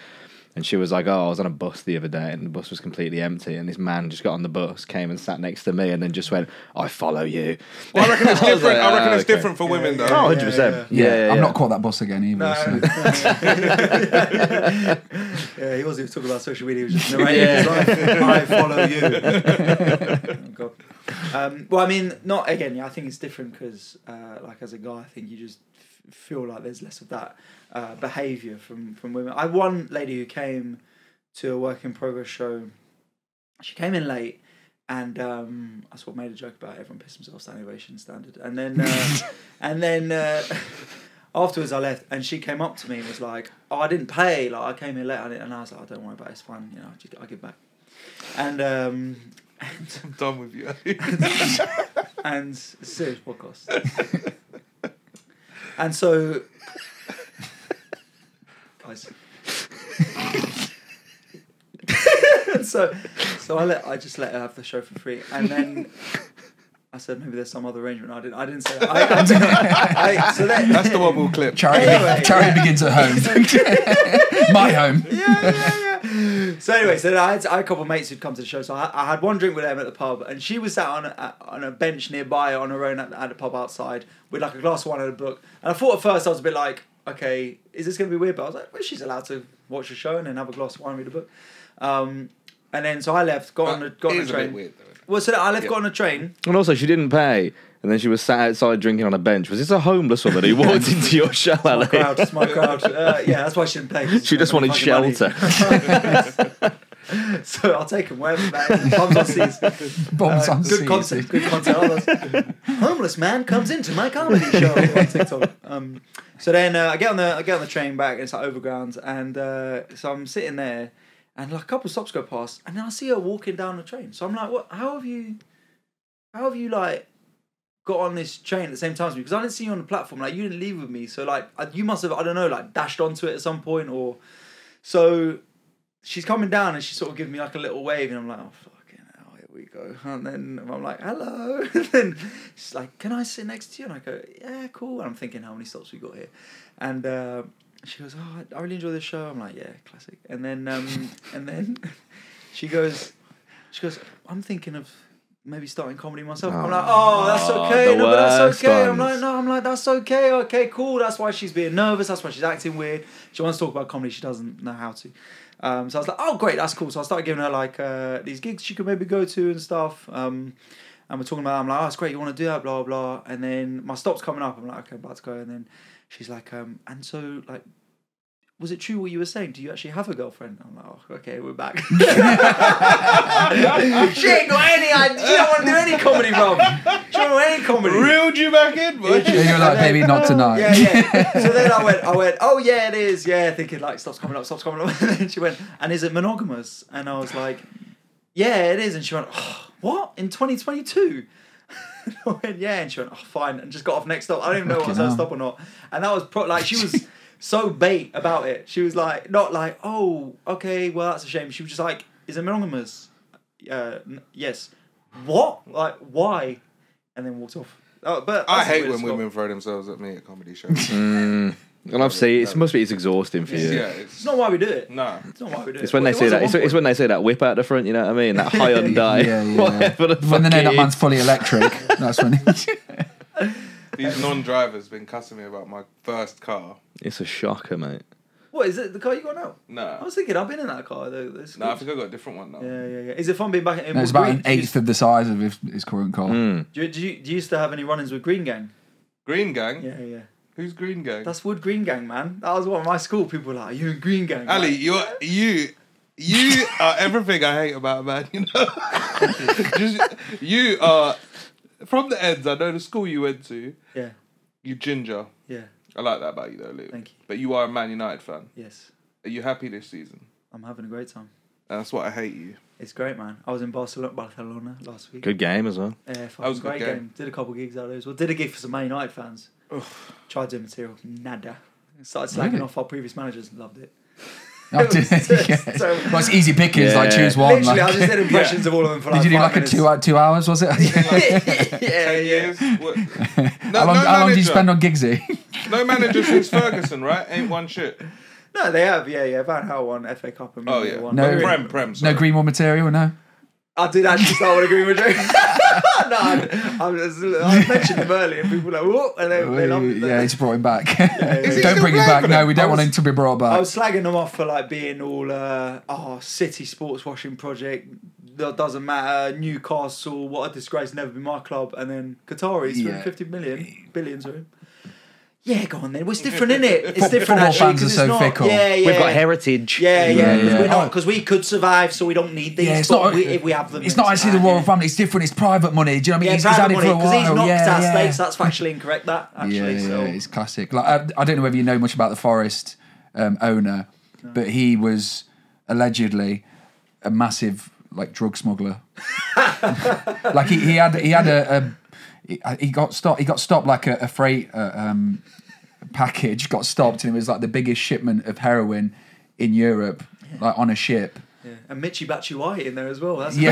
Speaker 3: And she was like, Oh, I was on a bus the other day and the bus was completely empty. And this man just got on the bus, came and sat next to me, and then just went, I follow you.
Speaker 4: Well, I reckon it's
Speaker 3: I was
Speaker 4: different.
Speaker 3: like,
Speaker 4: I reckon
Speaker 3: "Ah,
Speaker 4: it's
Speaker 3: okay."
Speaker 4: different for women though.
Speaker 3: Oh, 100%. Yeah, yeah,
Speaker 2: I've
Speaker 3: yeah.
Speaker 2: not caught that bus again either. so-
Speaker 5: Yeah, he wasn't even talking about social media. He was just narrating his life. I follow you. oh, God. Um, well, I mean, not again. Yeah, I think it's different because, uh, like, as a guy, I think you just f- feel like there's less of that uh, behaviour from from women. I one lady who came to a work in progress show. She came in late. And um, I sort of made a joke about it. everyone pissed themselves standing ovation standard, and then uh, and then uh, afterwards I left and she came up to me and was like, Oh, I didn't pay, like I came here late on it and I was like, oh, don't worry about it, it's fine, you know, I'll, just, I'll give back. And um
Speaker 4: I'm done with you.
Speaker 5: and it's a serious podcast. and so guys. And so so I let I just let her have the show for free and then I said maybe there's some other arrangement. I didn't. I didn't say that. I, I, didn't- I- so that,
Speaker 4: That's the one we'll clip.
Speaker 2: Charity,
Speaker 5: Anyway.
Speaker 2: charity begins at home. My home.
Speaker 5: yeah, yeah, yeah. So anyway, so then I had, I had a couple of mates who'd come to the show. So I, I had one drink with them at the pub, and she was sat on a, on a bench nearby on her own at, at a pub outside with like a glass of wine and a book. And I thought at first I was a bit like, okay, is this gonna be weird? But I was like, well, she's allowed to watch a show and then have a glass of wine, read a book. Um, and then so I left, got on a, got on
Speaker 4: It
Speaker 5: a
Speaker 4: is a bit
Speaker 5: train.
Speaker 4: weird though. isn't it?
Speaker 5: Well, so I left, got on a train.
Speaker 3: And also, she didn't pay. And then she was sat outside drinking on a bench. Was this a homeless woman who walked into your show, Ali?
Speaker 5: crowd, it's my crowd. Uh, yeah, that's why she didn't pay.
Speaker 3: She just wanted
Speaker 5: Fucking money.
Speaker 3: shelter.
Speaker 5: so I'll take him wherever that is. Bums on seats.
Speaker 2: Bombs
Speaker 5: Uh,
Speaker 2: on
Speaker 5: good
Speaker 2: seats.
Speaker 5: content, good content. I love- Homeless man comes into my comedy show on TikTok. Um, so then uh, I get on the I get on the train back and it's like overground and uh, so I'm sitting there and like a couple of stops go past and then I see her walking down the train. So I'm like, what? How have you? How have you like? Got on this train at the same time as me because I didn't see you on the platform. Like you didn't leave with me, so like I- you must have I don't know like dashed onto it at some point or so she's coming down and she's sort of giving me like a little wave, and I'm like, oh, fucking hell, here we go. And then I'm like, hello. And then she's like, can I sit next to you? And I go, yeah, cool. And I'm thinking, how many stops we got here? And uh, she goes, oh, I- I really enjoy this show. I'm like, yeah, classic. And then, um, and then she goes, she goes, I'm thinking of maybe starting comedy myself. I'm like, oh, that's
Speaker 3: Oh,
Speaker 5: okay.
Speaker 3: the
Speaker 5: No, but that's
Speaker 3: worst
Speaker 5: okay. I'm
Speaker 3: ones.
Speaker 5: like, no, I'm like, that's okay. Okay, cool. That's why she's being nervous. That's why she's acting weird. She wants to talk about comedy. She doesn't know how to. Um, so I was like, oh, great, that's cool. So I started giving her like uh, these gigs she could maybe go to and stuff. Um, and we're talking about, I'm like, oh, it's great. You want to do that, blah, blah. And then my stop's coming up. I'm like, okay, I'm about to go. And then she's like, um, and so, like, was it true what you were saying? Do you actually have a girlfriend? I'm like, oh, okay, we're back. she ain't got any idea. She don't want to do any comedy, Rob. She don't want any comedy.
Speaker 4: Reeled you back in, boy.
Speaker 2: Yeah, you're like, baby, not tonight.
Speaker 5: Yeah, yeah. So then I went, I went, oh yeah, it is. Yeah, thinking like, stops coming up, stops coming up. And then she went, and is it monogamous? And I was like, yeah, it is. And she went, oh, what in 2022? And I went, yeah. And she went, oh, fine, and just got off next stop. I don't even know what
Speaker 2: Fucking
Speaker 5: was her
Speaker 2: hell.
Speaker 5: stop or not. And that was pro- like she was so bait about it. She was like, not like, oh, okay, well that's a shame. She was just like, is it monogamous? Uh, n- yes. What? Like why? And then walked off. Oh, but
Speaker 4: I
Speaker 5: that's the
Speaker 4: hate
Speaker 5: weirdest
Speaker 4: when
Speaker 5: stop.
Speaker 4: women throw themselves at me at comedy shows.
Speaker 3: Mm. And obviously, it must be it's exhausting for you.
Speaker 4: yeah,
Speaker 5: It's
Speaker 4: it's
Speaker 5: not why we do it.
Speaker 4: no.
Speaker 5: It's not why we do it.
Speaker 3: It's when they
Speaker 5: It
Speaker 3: say
Speaker 5: was at
Speaker 3: that. It's,
Speaker 5: one
Speaker 3: it's
Speaker 5: point.
Speaker 3: when they say that whip out the front. You know what I mean? That Hyundai.
Speaker 2: Yeah, yeah.
Speaker 3: Whatever the
Speaker 2: When they
Speaker 3: fuck
Speaker 2: know
Speaker 3: it
Speaker 2: that
Speaker 3: is.
Speaker 2: man's fully electric, that's when.
Speaker 4: These non-drivers been cussing me about my first car.
Speaker 3: It's a shocker, mate.
Speaker 5: What is it? The car you got now? I
Speaker 4: No,
Speaker 5: was thinking I've been in that car. Though. That's
Speaker 4: no, I
Speaker 5: good.
Speaker 4: think I got a different one now.
Speaker 5: yeah, yeah, yeah. Is it fun being back in?
Speaker 2: No,
Speaker 5: with
Speaker 2: it's about
Speaker 5: Green?
Speaker 2: an eighth of the size of his, his current car.
Speaker 5: Do you, do, you, do you used to have any run-ins with Green Gang?
Speaker 4: Green Gang.
Speaker 5: Yeah, yeah.
Speaker 4: Who's Green Gang?
Speaker 5: That's Wood Green Gang, man. That was one of my school. People were like, "Are you in Green Gang?"
Speaker 4: Ali,
Speaker 5: Like,
Speaker 4: you are you you are everything I hate about a man, you know. Just you are from the ends, I know the school you went to,
Speaker 5: yeah,
Speaker 4: you ginger.
Speaker 5: yeah.
Speaker 4: I like that about you though, Luke.
Speaker 5: Thank you.
Speaker 4: But you are a Man United fan.
Speaker 5: Yes,
Speaker 4: Are you happy this season?
Speaker 5: I'm having a great time.
Speaker 4: And that's what I hate you.
Speaker 5: It's great, man. I was in Barcelona, Barcelona last week.
Speaker 3: Good game as well.
Speaker 5: Uh, fucking
Speaker 4: That was a good
Speaker 5: great
Speaker 4: game.
Speaker 5: game. Did a couple gigs out there as well. Did a gig for some Man United fans. Tried to do material. Nada. Started slagging
Speaker 2: Really?
Speaker 5: off our previous managers. Loved it.
Speaker 2: I
Speaker 5: It was
Speaker 2: did-
Speaker 5: just
Speaker 2: yeah.
Speaker 5: so-
Speaker 2: Well, it's easy pickings. Like
Speaker 3: Yeah.
Speaker 2: choose one.
Speaker 5: Literally,
Speaker 2: like-
Speaker 5: I just did impressions of all of them for like
Speaker 2: did you do
Speaker 5: five
Speaker 2: like
Speaker 5: minutes.
Speaker 2: a two two hours? Was it?
Speaker 5: yeah,
Speaker 4: Ten
Speaker 5: yeah.
Speaker 4: years? What? No,
Speaker 2: how
Speaker 4: no
Speaker 2: long, how long did you
Speaker 4: manager.
Speaker 2: spend on Giggsy?
Speaker 4: No manager since Ferguson, right? Ain't one shit.
Speaker 5: No, they have. Yeah, yeah. Van Hal won FA Cup and
Speaker 4: Oh
Speaker 5: Mourinho
Speaker 4: yeah.
Speaker 5: won.
Speaker 2: No.
Speaker 4: No, Prem, Prem.
Speaker 2: no
Speaker 4: Sorry.
Speaker 2: Greenwood material. No.
Speaker 5: I did actually start with a Green Madrid. no, I, I, was, I mentioned him earlier, and people were like, "Whoa," and they, they loved it.
Speaker 2: yeah, he's brought him back.
Speaker 4: he
Speaker 2: don't
Speaker 4: still
Speaker 2: bring him
Speaker 4: playing
Speaker 2: back.
Speaker 4: for
Speaker 2: No,
Speaker 4: them?
Speaker 2: we don't
Speaker 5: I
Speaker 2: want
Speaker 5: was-
Speaker 2: him to be brought
Speaker 5: I
Speaker 2: back.
Speaker 5: was slagging them off for like being all, uh, oh, City sports washing project. That doesn't matter. Newcastle, what a disgrace, never be my club. And then Qataris
Speaker 2: Yeah.
Speaker 5: yeah. fifty million billion, sorry. Yeah, go on then. Well, it's different, isn't it? It's different.
Speaker 2: Football
Speaker 5: actually,
Speaker 2: fans
Speaker 5: 'cause
Speaker 2: are
Speaker 5: it's
Speaker 2: so
Speaker 5: not,
Speaker 2: fickle.
Speaker 5: Yeah, yeah.
Speaker 3: We've got heritage.
Speaker 5: Yeah, yeah, because
Speaker 2: yeah.
Speaker 5: we're
Speaker 2: Oh.
Speaker 5: not because we could survive, so we don't need these.
Speaker 2: yeah, it's
Speaker 5: but
Speaker 2: not.
Speaker 5: we, if we have them,
Speaker 2: it's not actually the
Speaker 5: fine,
Speaker 2: royal
Speaker 5: yeah.
Speaker 2: family. It's different. It's private money. Do you know what I mean?
Speaker 5: Yeah,
Speaker 2: he's, he's
Speaker 5: private
Speaker 2: had it
Speaker 5: money
Speaker 2: for a
Speaker 5: because
Speaker 2: while.
Speaker 5: he's knocked
Speaker 2: yeah,
Speaker 5: our
Speaker 2: yeah.
Speaker 5: stakes. That's factually incorrect. That actually,
Speaker 2: yeah, yeah,
Speaker 5: so
Speaker 2: it's classic. Like I, I don't know whether you know much about the Forest um, owner, but he was allegedly a massive like drug smuggler. like he, he had he had a, a he- he got stopped he got stopped like a, a freight uh, um, package got stopped and it was like the biggest shipment of heroin in Europe like on a ship.
Speaker 5: yeah. and Michi Batshuayi in there as well. That's
Speaker 2: Yeah,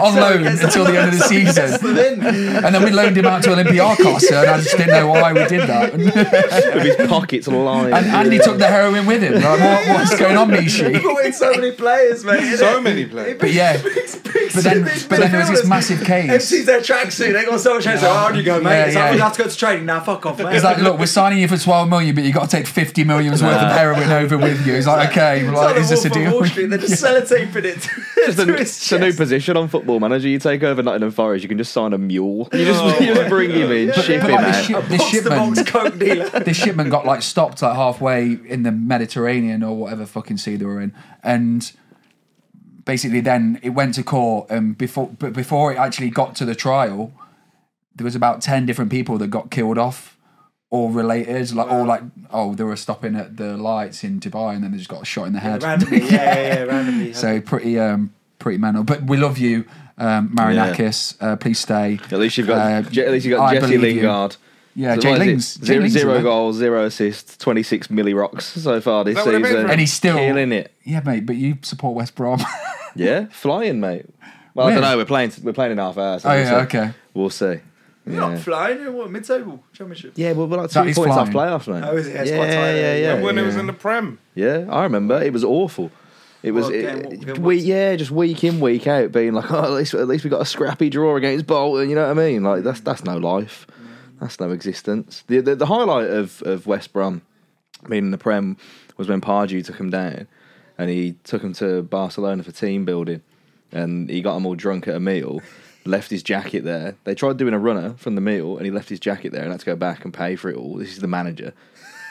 Speaker 2: on loan until the end of the season. And then we loaned him out to Olympiacos, and I just didn't know why we did that.
Speaker 3: With his pockets alive.
Speaker 2: And Andy took the heroin with him. Like, what, what's going on,
Speaker 5: He
Speaker 2: Mishi?
Speaker 5: brought in so many players, mate. innit?
Speaker 4: So many players.
Speaker 2: But yeah, but then, but then there was this massive case.
Speaker 5: MC's their tracksuit. They got so much. Like, oh, you go, mate.
Speaker 2: Yeah,
Speaker 5: it's like,
Speaker 2: yeah.
Speaker 5: we have to go to training now. Fuck off, mate.
Speaker 2: It's like, look, we're signing you for 12 million, but you got to take 50 million's worth of heroin over with you. It's like, okay, well,
Speaker 5: It's
Speaker 2: like, is this a
Speaker 5: like the Wolf
Speaker 2: deal?
Speaker 5: of Wall Street. They're just sellotaping it. to-
Speaker 3: It's a,
Speaker 5: to his
Speaker 3: it's a new
Speaker 5: chest.
Speaker 3: position on Football Manager. You take over Nottingham Forest, you can just sign a mule. You just, you just bring him in, ship
Speaker 2: But
Speaker 3: him
Speaker 2: like,
Speaker 3: out.
Speaker 2: this, ship, this
Speaker 5: Box to box
Speaker 2: shipment,
Speaker 5: coke dealer.
Speaker 2: this shipment got like stopped like halfway in the Mediterranean or whatever fucking sea they were in, and basically then it went to court. And before, but before it actually got to the trial, there was about ten different people that got killed off or related, like or like oh they were stopping at the lights in Dubai and then they just got shot in the head.
Speaker 5: randomly, yeah, yeah, yeah, randomly.
Speaker 2: so pretty, um, pretty mental. But we love you, um, Marinakis. Uh, please stay.
Speaker 3: At least you've got,
Speaker 2: Uh,
Speaker 3: Je- at least you've got
Speaker 2: I
Speaker 3: Jesse
Speaker 2: believe you.
Speaker 3: Lingard.
Speaker 2: Yeah,
Speaker 3: So
Speaker 2: Jay
Speaker 3: what is it?
Speaker 2: Lings. Jay
Speaker 3: Zero,
Speaker 2: Lings,
Speaker 3: zero
Speaker 2: isn't it?
Speaker 3: goals, zero assists, 26 milli rocks so far this
Speaker 4: Is that what it
Speaker 3: season.
Speaker 4: made for him?
Speaker 2: And he's still
Speaker 3: killing it.
Speaker 2: Yeah, mate. But you support West Brom.
Speaker 3: Yeah, flying, mate. Well, I
Speaker 2: Where?
Speaker 3: don't know. We're playing. We're playing in half hours.
Speaker 2: Oh, yeah, okay.
Speaker 3: We'll see.
Speaker 5: You're
Speaker 3: Yeah.
Speaker 5: not flying. You're what mid table championship.
Speaker 3: Yeah, well, we're like
Speaker 2: That
Speaker 3: two
Speaker 2: is
Speaker 3: points off
Speaker 2: flying.
Speaker 3: playoffs, mate.
Speaker 5: Oh, is it? It's
Speaker 3: yeah,
Speaker 5: quite tight
Speaker 3: yeah,
Speaker 5: then.
Speaker 3: yeah,
Speaker 4: when
Speaker 3: yeah.
Speaker 4: it was in the Prem.
Speaker 3: Yeah, I remember. It was awful. It was
Speaker 5: Well, again,
Speaker 3: it-
Speaker 5: what- what-
Speaker 3: we, yeah, just week in, week out, being like, oh, at least at least we got a scrappy draw against Bolton. You know what I mean? Like that's that's no life, that's no existence. The the, the highlight of of West Brom being in the Prem was when Pardew took him down, and he took him to Barcelona for team building, and he got them all drunk at a meal. Left his jacket there. They tried doing a runner from the meal, and he left his jacket there, and had to go back and pay for it all. This is the manager.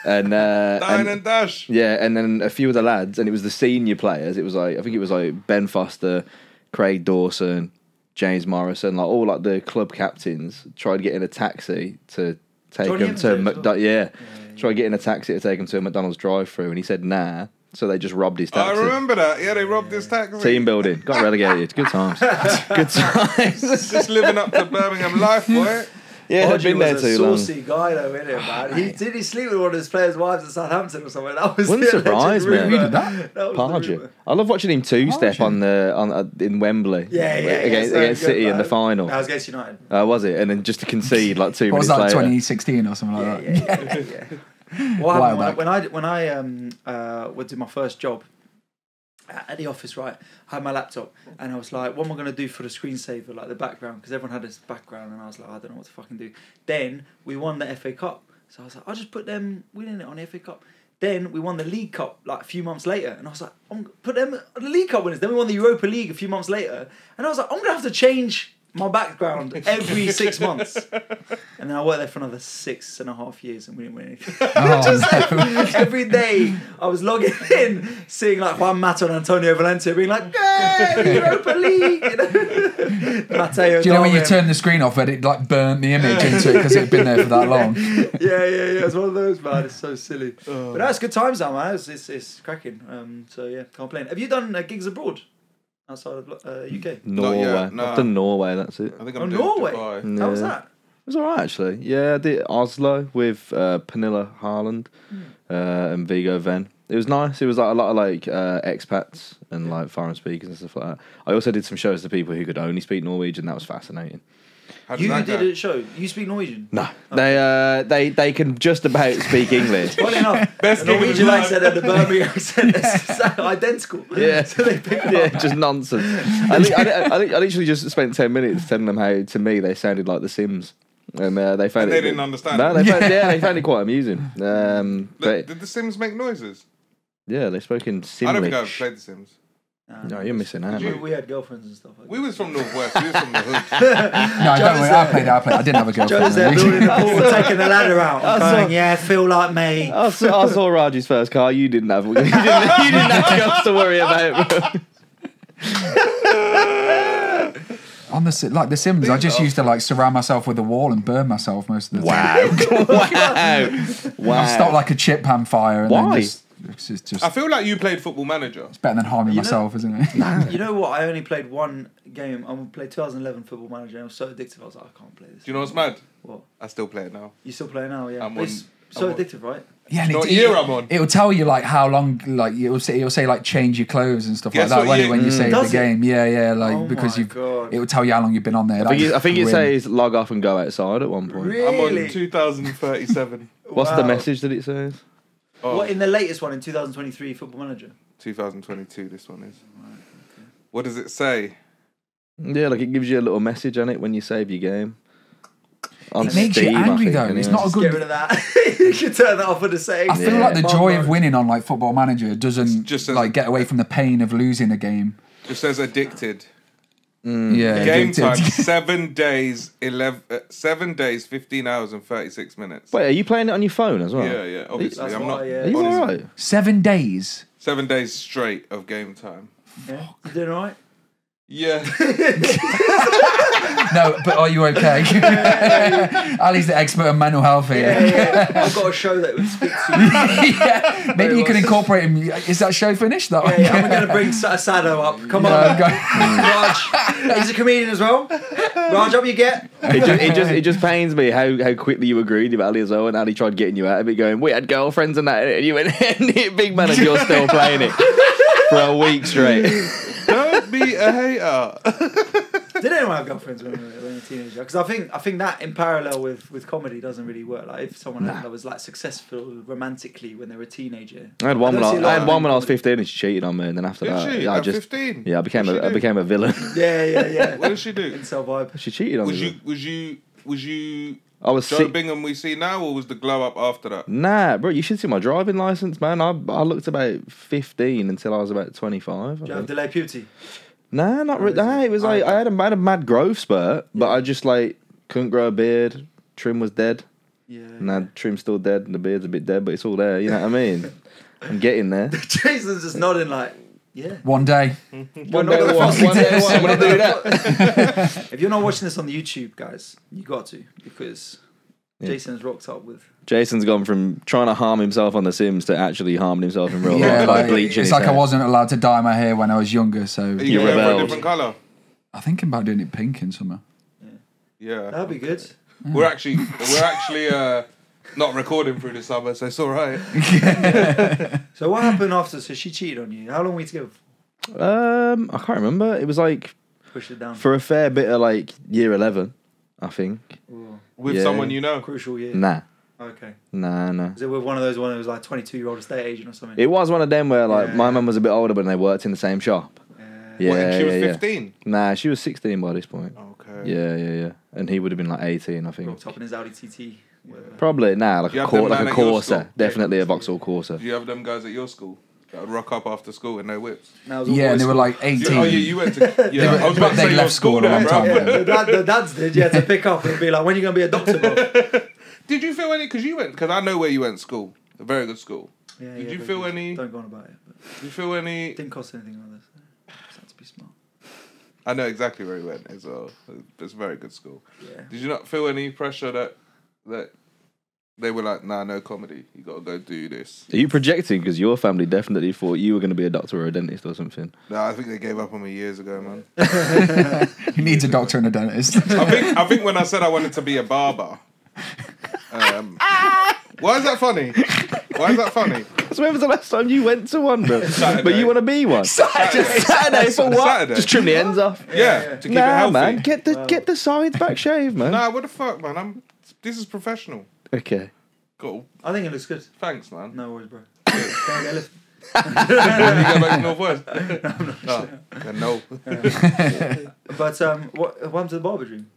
Speaker 3: and uh,
Speaker 4: Dine
Speaker 3: and-
Speaker 4: and dash.
Speaker 3: yeah, and then a few of the lads, and it was the senior players. It was like I think it was like Ben Foster, Craig Dawson, James Morrison, like all like the club captains tried getting a taxi to take
Speaker 5: Johnny
Speaker 3: him to
Speaker 5: Evans as
Speaker 3: McDo-
Speaker 5: well.
Speaker 3: yeah, tried getting a taxi to take him to a McDonald's drive-through, and he said nah, so they just robbed his
Speaker 4: I
Speaker 3: taxi.
Speaker 4: remember that. Yeah, they robbed this taxi.
Speaker 3: Team building, got relegated. Good times, good times.
Speaker 4: Just living up to Birmingham life, boy.
Speaker 3: yeah, had
Speaker 5: Podgy
Speaker 3: been there
Speaker 5: was
Speaker 3: too
Speaker 5: a
Speaker 3: long.
Speaker 5: saucy guy though, innit, man? He did he sleep with one of his players' wives at Southampton or something? That was
Speaker 3: Wouldn't
Speaker 5: the alleged
Speaker 3: surprise me.
Speaker 5: rumour.
Speaker 3: Who
Speaker 2: did that?
Speaker 5: was the
Speaker 3: Pardew.
Speaker 5: rumour.
Speaker 3: I love watching him two-step
Speaker 2: Pardew.
Speaker 3: on the on uh, in Wembley.
Speaker 5: Yeah, yeah, yeah.
Speaker 3: against,
Speaker 5: so
Speaker 3: against
Speaker 5: good,
Speaker 3: City in
Speaker 5: man.
Speaker 3: the final.
Speaker 5: That was against United.
Speaker 3: Uh, was it? And then just to concede like two
Speaker 2: What was
Speaker 3: minutes
Speaker 2: that,
Speaker 3: later.
Speaker 2: 2016 or something like
Speaker 5: Yeah,
Speaker 2: that?
Speaker 5: yeah, yeah. yeah. What
Speaker 2: While
Speaker 5: happened when I,
Speaker 2: back.
Speaker 5: when I when I um uh would do my first job at at the office, right? I had my laptop and I was like, what am I gonna do for the screensaver, like the background? Because everyone had this background, and I was like, I don't know what to fucking do. Then we won the FA Cup, so I was like, I'll just put them winning it on the FA Cup. Then we won the League Cup like a few months later, and I was like, I'm, put them the League Cup winners. Then we won the Europa League a few months later, and I was like, I'm gonna have to change my background every six months. And then I worked there for another six and a half years and we didn't win anything.
Speaker 2: Oh,
Speaker 5: Just
Speaker 2: no.
Speaker 5: every, every day I was logging in, seeing like Juan Mata and Antonio Valencia being like, Yay, Europa League! You know? Mateo.
Speaker 2: Do you know when you
Speaker 5: Darwin.
Speaker 2: turn the screen off and it like burnt the image into it because it had been there for that long?
Speaker 5: Yeah, yeah, yeah. It's one of those, man. It's so silly.
Speaker 2: Oh.
Speaker 5: But that's good times now, man. It's, it's, it's cracking. Um, so yeah, can't complain. Have you done uh, gigs abroad outside of uh, UK?
Speaker 3: Norway.
Speaker 4: Not yet,
Speaker 3: I've
Speaker 4: nah.
Speaker 3: done Norway, that's it.
Speaker 4: I think
Speaker 5: Oh,
Speaker 4: I'm doing
Speaker 5: Norway.
Speaker 4: Dubai.
Speaker 5: How was
Speaker 3: Yeah.
Speaker 5: that?
Speaker 3: It was alright actually. Yeah, I did Oslo with uh, Panilla Haaland
Speaker 2: Hmm.
Speaker 3: uh, and Vigo Ven. It was nice. It was like a lot of like uh, expats and like foreign speakers and stuff like that. I also did some shows to people who could only speak Norwegian. That was fascinating.
Speaker 4: How
Speaker 5: You
Speaker 4: that
Speaker 5: did
Speaker 4: go?
Speaker 5: a show. You speak Norwegian.
Speaker 3: No, they uh, they they can just about speak English.
Speaker 5: Funny enough,
Speaker 4: Best
Speaker 5: the
Speaker 4: gig of his
Speaker 5: Norwegian
Speaker 4: life.
Speaker 5: accent and the Birmingham accent is identical.
Speaker 3: Yeah.
Speaker 5: So they pick
Speaker 3: yeah, just nonsense. I, li- I, li- I, li- I literally just spent ten minutes telling them how to me they sounded like The Sims, and uh, they found
Speaker 4: And
Speaker 3: it.
Speaker 4: they didn't understand.
Speaker 3: No, they found, yeah, they found it quite amusing. Um,
Speaker 4: Look,
Speaker 3: but
Speaker 4: Did the Sims make noises?
Speaker 3: yeah, they spoke in
Speaker 4: I don't think I've
Speaker 3: Simlish.
Speaker 4: played the Sims.
Speaker 3: No, Oh, you're missing out.
Speaker 5: We,
Speaker 3: mate.
Speaker 5: we had girlfriends and stuff. Like
Speaker 4: We was from Northwest. We was from the hood.
Speaker 2: No, don't worry. I played. I played. I didn't have a
Speaker 5: that. Joe's
Speaker 2: girlfriend.
Speaker 5: there building the
Speaker 2: really.
Speaker 5: pool, taking the ladder out. Uh, I'm
Speaker 3: That's
Speaker 5: going,
Speaker 3: all-
Speaker 5: yeah, feel like me.
Speaker 3: I saw, I saw Raji's first car. You didn't have. You didn't, you didn't have jobs to worry about. Bro.
Speaker 2: On the si- like the Sims, I just used to like surround myself with a wall and burn myself most of the time.
Speaker 3: wow! Wow!
Speaker 2: I start like a chip pan fire. And
Speaker 3: Why?
Speaker 2: Then just, it's just, just
Speaker 4: I feel like you played Football Manager.
Speaker 2: better than harming myself, isn't it?
Speaker 5: You know what? I only played one game. I played 2011 Football Manager. And I was so addictive. I was like, I can't play this.
Speaker 4: Do you know what's mad?
Speaker 5: What?
Speaker 4: I still play it now.
Speaker 5: You still play now? Yeah.
Speaker 4: I'm
Speaker 5: But it's
Speaker 4: on-
Speaker 5: so
Speaker 4: I'm on-
Speaker 5: addictive, right?
Speaker 2: Yeah, and
Speaker 4: You know
Speaker 2: it-
Speaker 4: what year
Speaker 2: it-
Speaker 4: I'm on?
Speaker 2: It'll tell you like how long, like it'll say, it'll say like change your clothes and stuff
Speaker 4: Guess
Speaker 2: like that
Speaker 4: what
Speaker 2: when,
Speaker 4: year-
Speaker 2: when you save
Speaker 5: Mm. Does
Speaker 2: the
Speaker 5: it?
Speaker 2: game. Yeah, yeah, like
Speaker 5: Oh
Speaker 2: because
Speaker 5: my
Speaker 2: you've
Speaker 5: God.
Speaker 2: it'll tell you how long you've been on there.
Speaker 3: I think, it, I think it
Speaker 2: Grim.
Speaker 3: says log off and go outside at one point.
Speaker 5: Really?
Speaker 4: I'm on 2037.
Speaker 3: What's the
Speaker 5: Wow.
Speaker 3: message that it says?
Speaker 4: Oh,
Speaker 5: What in the latest one in 2023 Football Manager?
Speaker 4: 2022, this one is. What does it say?
Speaker 3: Yeah, like it gives you a little message on it when you save your game. On
Speaker 2: It makes you
Speaker 3: Steam, I
Speaker 2: angry,
Speaker 3: think,
Speaker 2: though.
Speaker 3: anyway.
Speaker 2: It's not a
Speaker 5: Just
Speaker 2: Oh, good.
Speaker 5: get rid of that. you can turn that off with a saying.
Speaker 2: I feel
Speaker 3: Yeah.
Speaker 2: like the joy of winning on like Football Manager doesn't
Speaker 4: just
Speaker 2: just
Speaker 4: as-
Speaker 2: like get away from the pain of losing a game.
Speaker 4: Just says addicted.
Speaker 2: Yeah,
Speaker 4: Game
Speaker 2: addicted.
Speaker 4: time seven days, eleven, uh, seven days, fifteen hours and thirty-six minutes.
Speaker 3: Wait, are you playing it on your phone as well?
Speaker 4: yeah, yeah, obviously,
Speaker 5: That's
Speaker 4: I'm
Speaker 5: why,
Speaker 4: not.
Speaker 5: yeah.
Speaker 3: Are you
Speaker 4: honestly,
Speaker 3: alright?
Speaker 2: Seven days.
Speaker 4: Seven days straight of game time.
Speaker 5: Yeah. You doing all right?
Speaker 4: Yeah,
Speaker 2: No, but are you okay? Ali's the expert on mental health here.
Speaker 5: yeah, yeah. I've got a show that would speak to you.
Speaker 2: yeah, maybe you can incorporate him. Is that show finished? That
Speaker 5: Yeah,
Speaker 2: one.
Speaker 5: yeah, I'm going to bring Sa- Sado up. Come
Speaker 2: Uh,
Speaker 5: on,
Speaker 2: go-
Speaker 5: Raj. He's a comedian as well. Raj, up you get.
Speaker 3: It just, it just it just pains me how, how quickly you agreed with Ali as well, and Ali tried getting you out of it, going, "We had girlfriends and that," and you went, "Big man, and you're still playing it for a week straight."
Speaker 4: don't be a hater.
Speaker 5: Did anyone have girlfriends when they were, when they were a teenager? Because I think I think that in parallel with, with comedy doesn't really work. Like if someone that was like successful romantically when they were a teenager.
Speaker 3: I had one
Speaker 5: I
Speaker 3: when
Speaker 5: don't see a
Speaker 3: I,
Speaker 5: lot
Speaker 3: I had
Speaker 5: of
Speaker 3: one when I was fifteen, and she cheated on me, and then after
Speaker 4: Did
Speaker 3: that,
Speaker 4: she?
Speaker 3: I
Speaker 4: At
Speaker 3: just
Speaker 4: 15?
Speaker 3: yeah, I became
Speaker 4: What'd
Speaker 3: a
Speaker 4: she
Speaker 3: I
Speaker 4: do?
Speaker 3: became a villain.
Speaker 5: Yeah, yeah, yeah.
Speaker 4: What does she do?
Speaker 5: Incel vibe.
Speaker 3: she cheated on
Speaker 4: Was
Speaker 3: me.
Speaker 4: you? Was you? Was you?
Speaker 3: I was
Speaker 4: Joe
Speaker 3: sick.
Speaker 4: Bingham we see now, or was the glow up after that?
Speaker 3: Nah, bro, you should see my driving license, man. I I looked about fifteen until I was about twenty five.
Speaker 5: Do you have delay puberty?
Speaker 3: Nah, not really. Nah, it was like I had a, I had a mad growth spurt, but I just like couldn't grow a beard. Trim was dead.
Speaker 5: Yeah.
Speaker 3: And that trim's still dead and the beard's a bit dead, but it's all there. You know what I mean? I'm getting there.
Speaker 5: Jason's just nodding like, yeah.
Speaker 2: One day.
Speaker 3: One day, one,
Speaker 5: fucking
Speaker 3: one day, one, I'm gonna do that.
Speaker 5: If you're not watching this on the YouTube, guys, you got to because Jason's rocked up with.
Speaker 3: Jason's gone from trying to harm himself on The Sims to actually harming himself in real
Speaker 2: Yeah,
Speaker 3: life. Like,
Speaker 2: like,
Speaker 3: bleaching
Speaker 2: it's
Speaker 3: his
Speaker 2: like I
Speaker 3: hair.
Speaker 2: wasn't allowed to dye my hair when I was younger, so
Speaker 4: You
Speaker 3: You
Speaker 4: get a
Speaker 3: rebelled.
Speaker 4: different colour.
Speaker 2: I think about doing it pink in summer.
Speaker 4: Yeah.
Speaker 5: That'd be good.
Speaker 4: We're actually we're actually uh, not recording through the summer, so it's all right.
Speaker 5: So what happened after? So she cheated on you. How long were you together? for?
Speaker 3: Um, I can't remember. It was like
Speaker 5: Pushed it down.
Speaker 3: for a fair bit of like year eleven, I think.
Speaker 5: Ooh,
Speaker 4: With
Speaker 3: Yeah.
Speaker 4: someone you know.
Speaker 5: crucial year.
Speaker 3: Nah,
Speaker 5: Okay.
Speaker 3: nah, nah.
Speaker 5: Is it with one of those one that was like 22 year old estate agent or something?
Speaker 3: It was one of them where like
Speaker 5: Yeah.
Speaker 3: my mum was a bit older, but they worked in the same shop. Yeah,
Speaker 4: What, and she was
Speaker 3: yeah, yeah.
Speaker 4: 15.
Speaker 3: Nah, she was sixteen by this point.
Speaker 4: Okay.
Speaker 3: Yeah, yeah, yeah. And he would have been like eighteen, I think.
Speaker 5: rocked up in his Audi TT. whatever.
Speaker 3: Probably nah, like
Speaker 4: You
Speaker 3: a
Speaker 4: have
Speaker 3: cor-
Speaker 4: them
Speaker 3: like
Speaker 4: down
Speaker 3: a
Speaker 4: at your
Speaker 3: Corsa,
Speaker 4: school?
Speaker 3: definitely a Vauxhall Corsa.
Speaker 4: Do you have them guys at your school that would rock up after school in their whips?
Speaker 5: Now it was all
Speaker 2: Yeah, and
Speaker 5: boys
Speaker 2: they were
Speaker 5: school.
Speaker 2: like 18.
Speaker 4: You- oh yeah, you went to. Yeah, I was about to
Speaker 2: they
Speaker 4: say your
Speaker 2: left school
Speaker 4: school
Speaker 2: a long
Speaker 4: there,
Speaker 2: time
Speaker 4: bro.
Speaker 2: ago.
Speaker 5: the, dad, the dads did, yeah, to pick up and be like, when are you going to be a doctor, bro?
Speaker 4: Did you feel any? Because you went. Because I know where you went to school. A very good school.
Speaker 5: Yeah,
Speaker 4: Did
Speaker 5: yeah,
Speaker 4: you
Speaker 5: but
Speaker 4: feel
Speaker 5: just
Speaker 4: any-
Speaker 5: Don't go on about it. But
Speaker 4: Did you feel any?
Speaker 5: it didn't cost anything like this. Just had to be smart.
Speaker 4: I know exactly where you went as well. It's a very good school.
Speaker 5: Yeah.
Speaker 4: Did you not feel any pressure that that they were like, nah, no comedy. You gotta go do this.
Speaker 3: Are you projecting? Because your family definitely thought you were going to be a doctor or a dentist or something.
Speaker 4: No, I think they gave up on me years ago, man.
Speaker 2: Who needs a doctor and a dentist?
Speaker 4: I think I think when I said I wanted to be a barber. Um, why is that funny? Why is that funny?
Speaker 3: So when was the last time you went to one, bro? but
Speaker 4: Saturday.
Speaker 3: you want to be one.
Speaker 4: Saturday.
Speaker 3: Saturday for what?
Speaker 4: Saturday.
Speaker 3: Just trim the ends off.
Speaker 4: Yeah, to keep it
Speaker 3: Nah,
Speaker 4: healthy.
Speaker 3: man, get the get the sides back shaved, man.
Speaker 4: Nah, what the fuck, man? I'm. This is professional.
Speaker 3: Okay.
Speaker 4: Cool.
Speaker 5: I think it looks good.
Speaker 4: Thanks, man.
Speaker 5: No worries, bro. Can I get a lift?
Speaker 4: When you go back to Northwest. no, Then no.
Speaker 5: But um, what, what happened to the barber dream?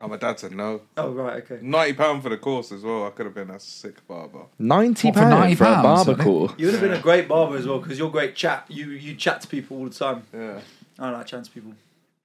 Speaker 4: Oh, my dad said no.
Speaker 5: Oh, right, okay.
Speaker 4: Ninety pound for the course as well. I could have been a sick barber.
Speaker 3: Ninety
Speaker 2: What, for
Speaker 3: pounds
Speaker 2: 90
Speaker 3: for a
Speaker 2: pounds,
Speaker 3: barber
Speaker 2: isn't it?
Speaker 3: call.
Speaker 5: You would have been a great barber as well because you're a great chat. You you chat to people all the time.
Speaker 4: Yeah.
Speaker 5: I don't like chance people.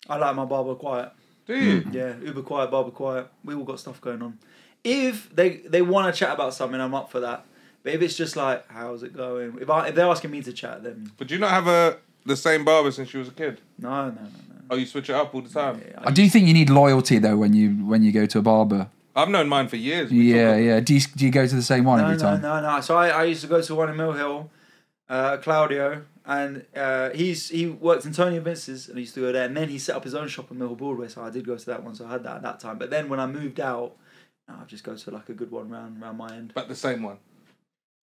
Speaker 5: I like my barber quiet.
Speaker 4: Do you?
Speaker 5: Yeah, uber quiet, barber quiet. We all got stuff going on. If they they want to chat about something, I'm up for that. But if it's just like, how's it going? If I, if they're asking me to chat, then
Speaker 4: But do you not have a the same barber since you was a kid?
Speaker 5: no, no, no, no.
Speaker 4: Oh, you switch it up all the time.
Speaker 2: I Uh, do think you need loyalty though when you when you go to a barber.
Speaker 4: I've known mine for years. We
Speaker 2: Yeah,
Speaker 4: talk-
Speaker 2: yeah. Do you, do you go to the same one
Speaker 5: No,
Speaker 2: every
Speaker 5: no,
Speaker 2: time?
Speaker 5: no, no. So I, I used to go to one in Mill Hill, uh, Claudio, and uh, he's he worked in Tony and Vince's and he used to go there. And then he set up his own shop in Mill Hill Broadway, so I did go to that one. So I had that at that time. But then when I moved out, I just go to like a good one round round my end.
Speaker 4: But the same one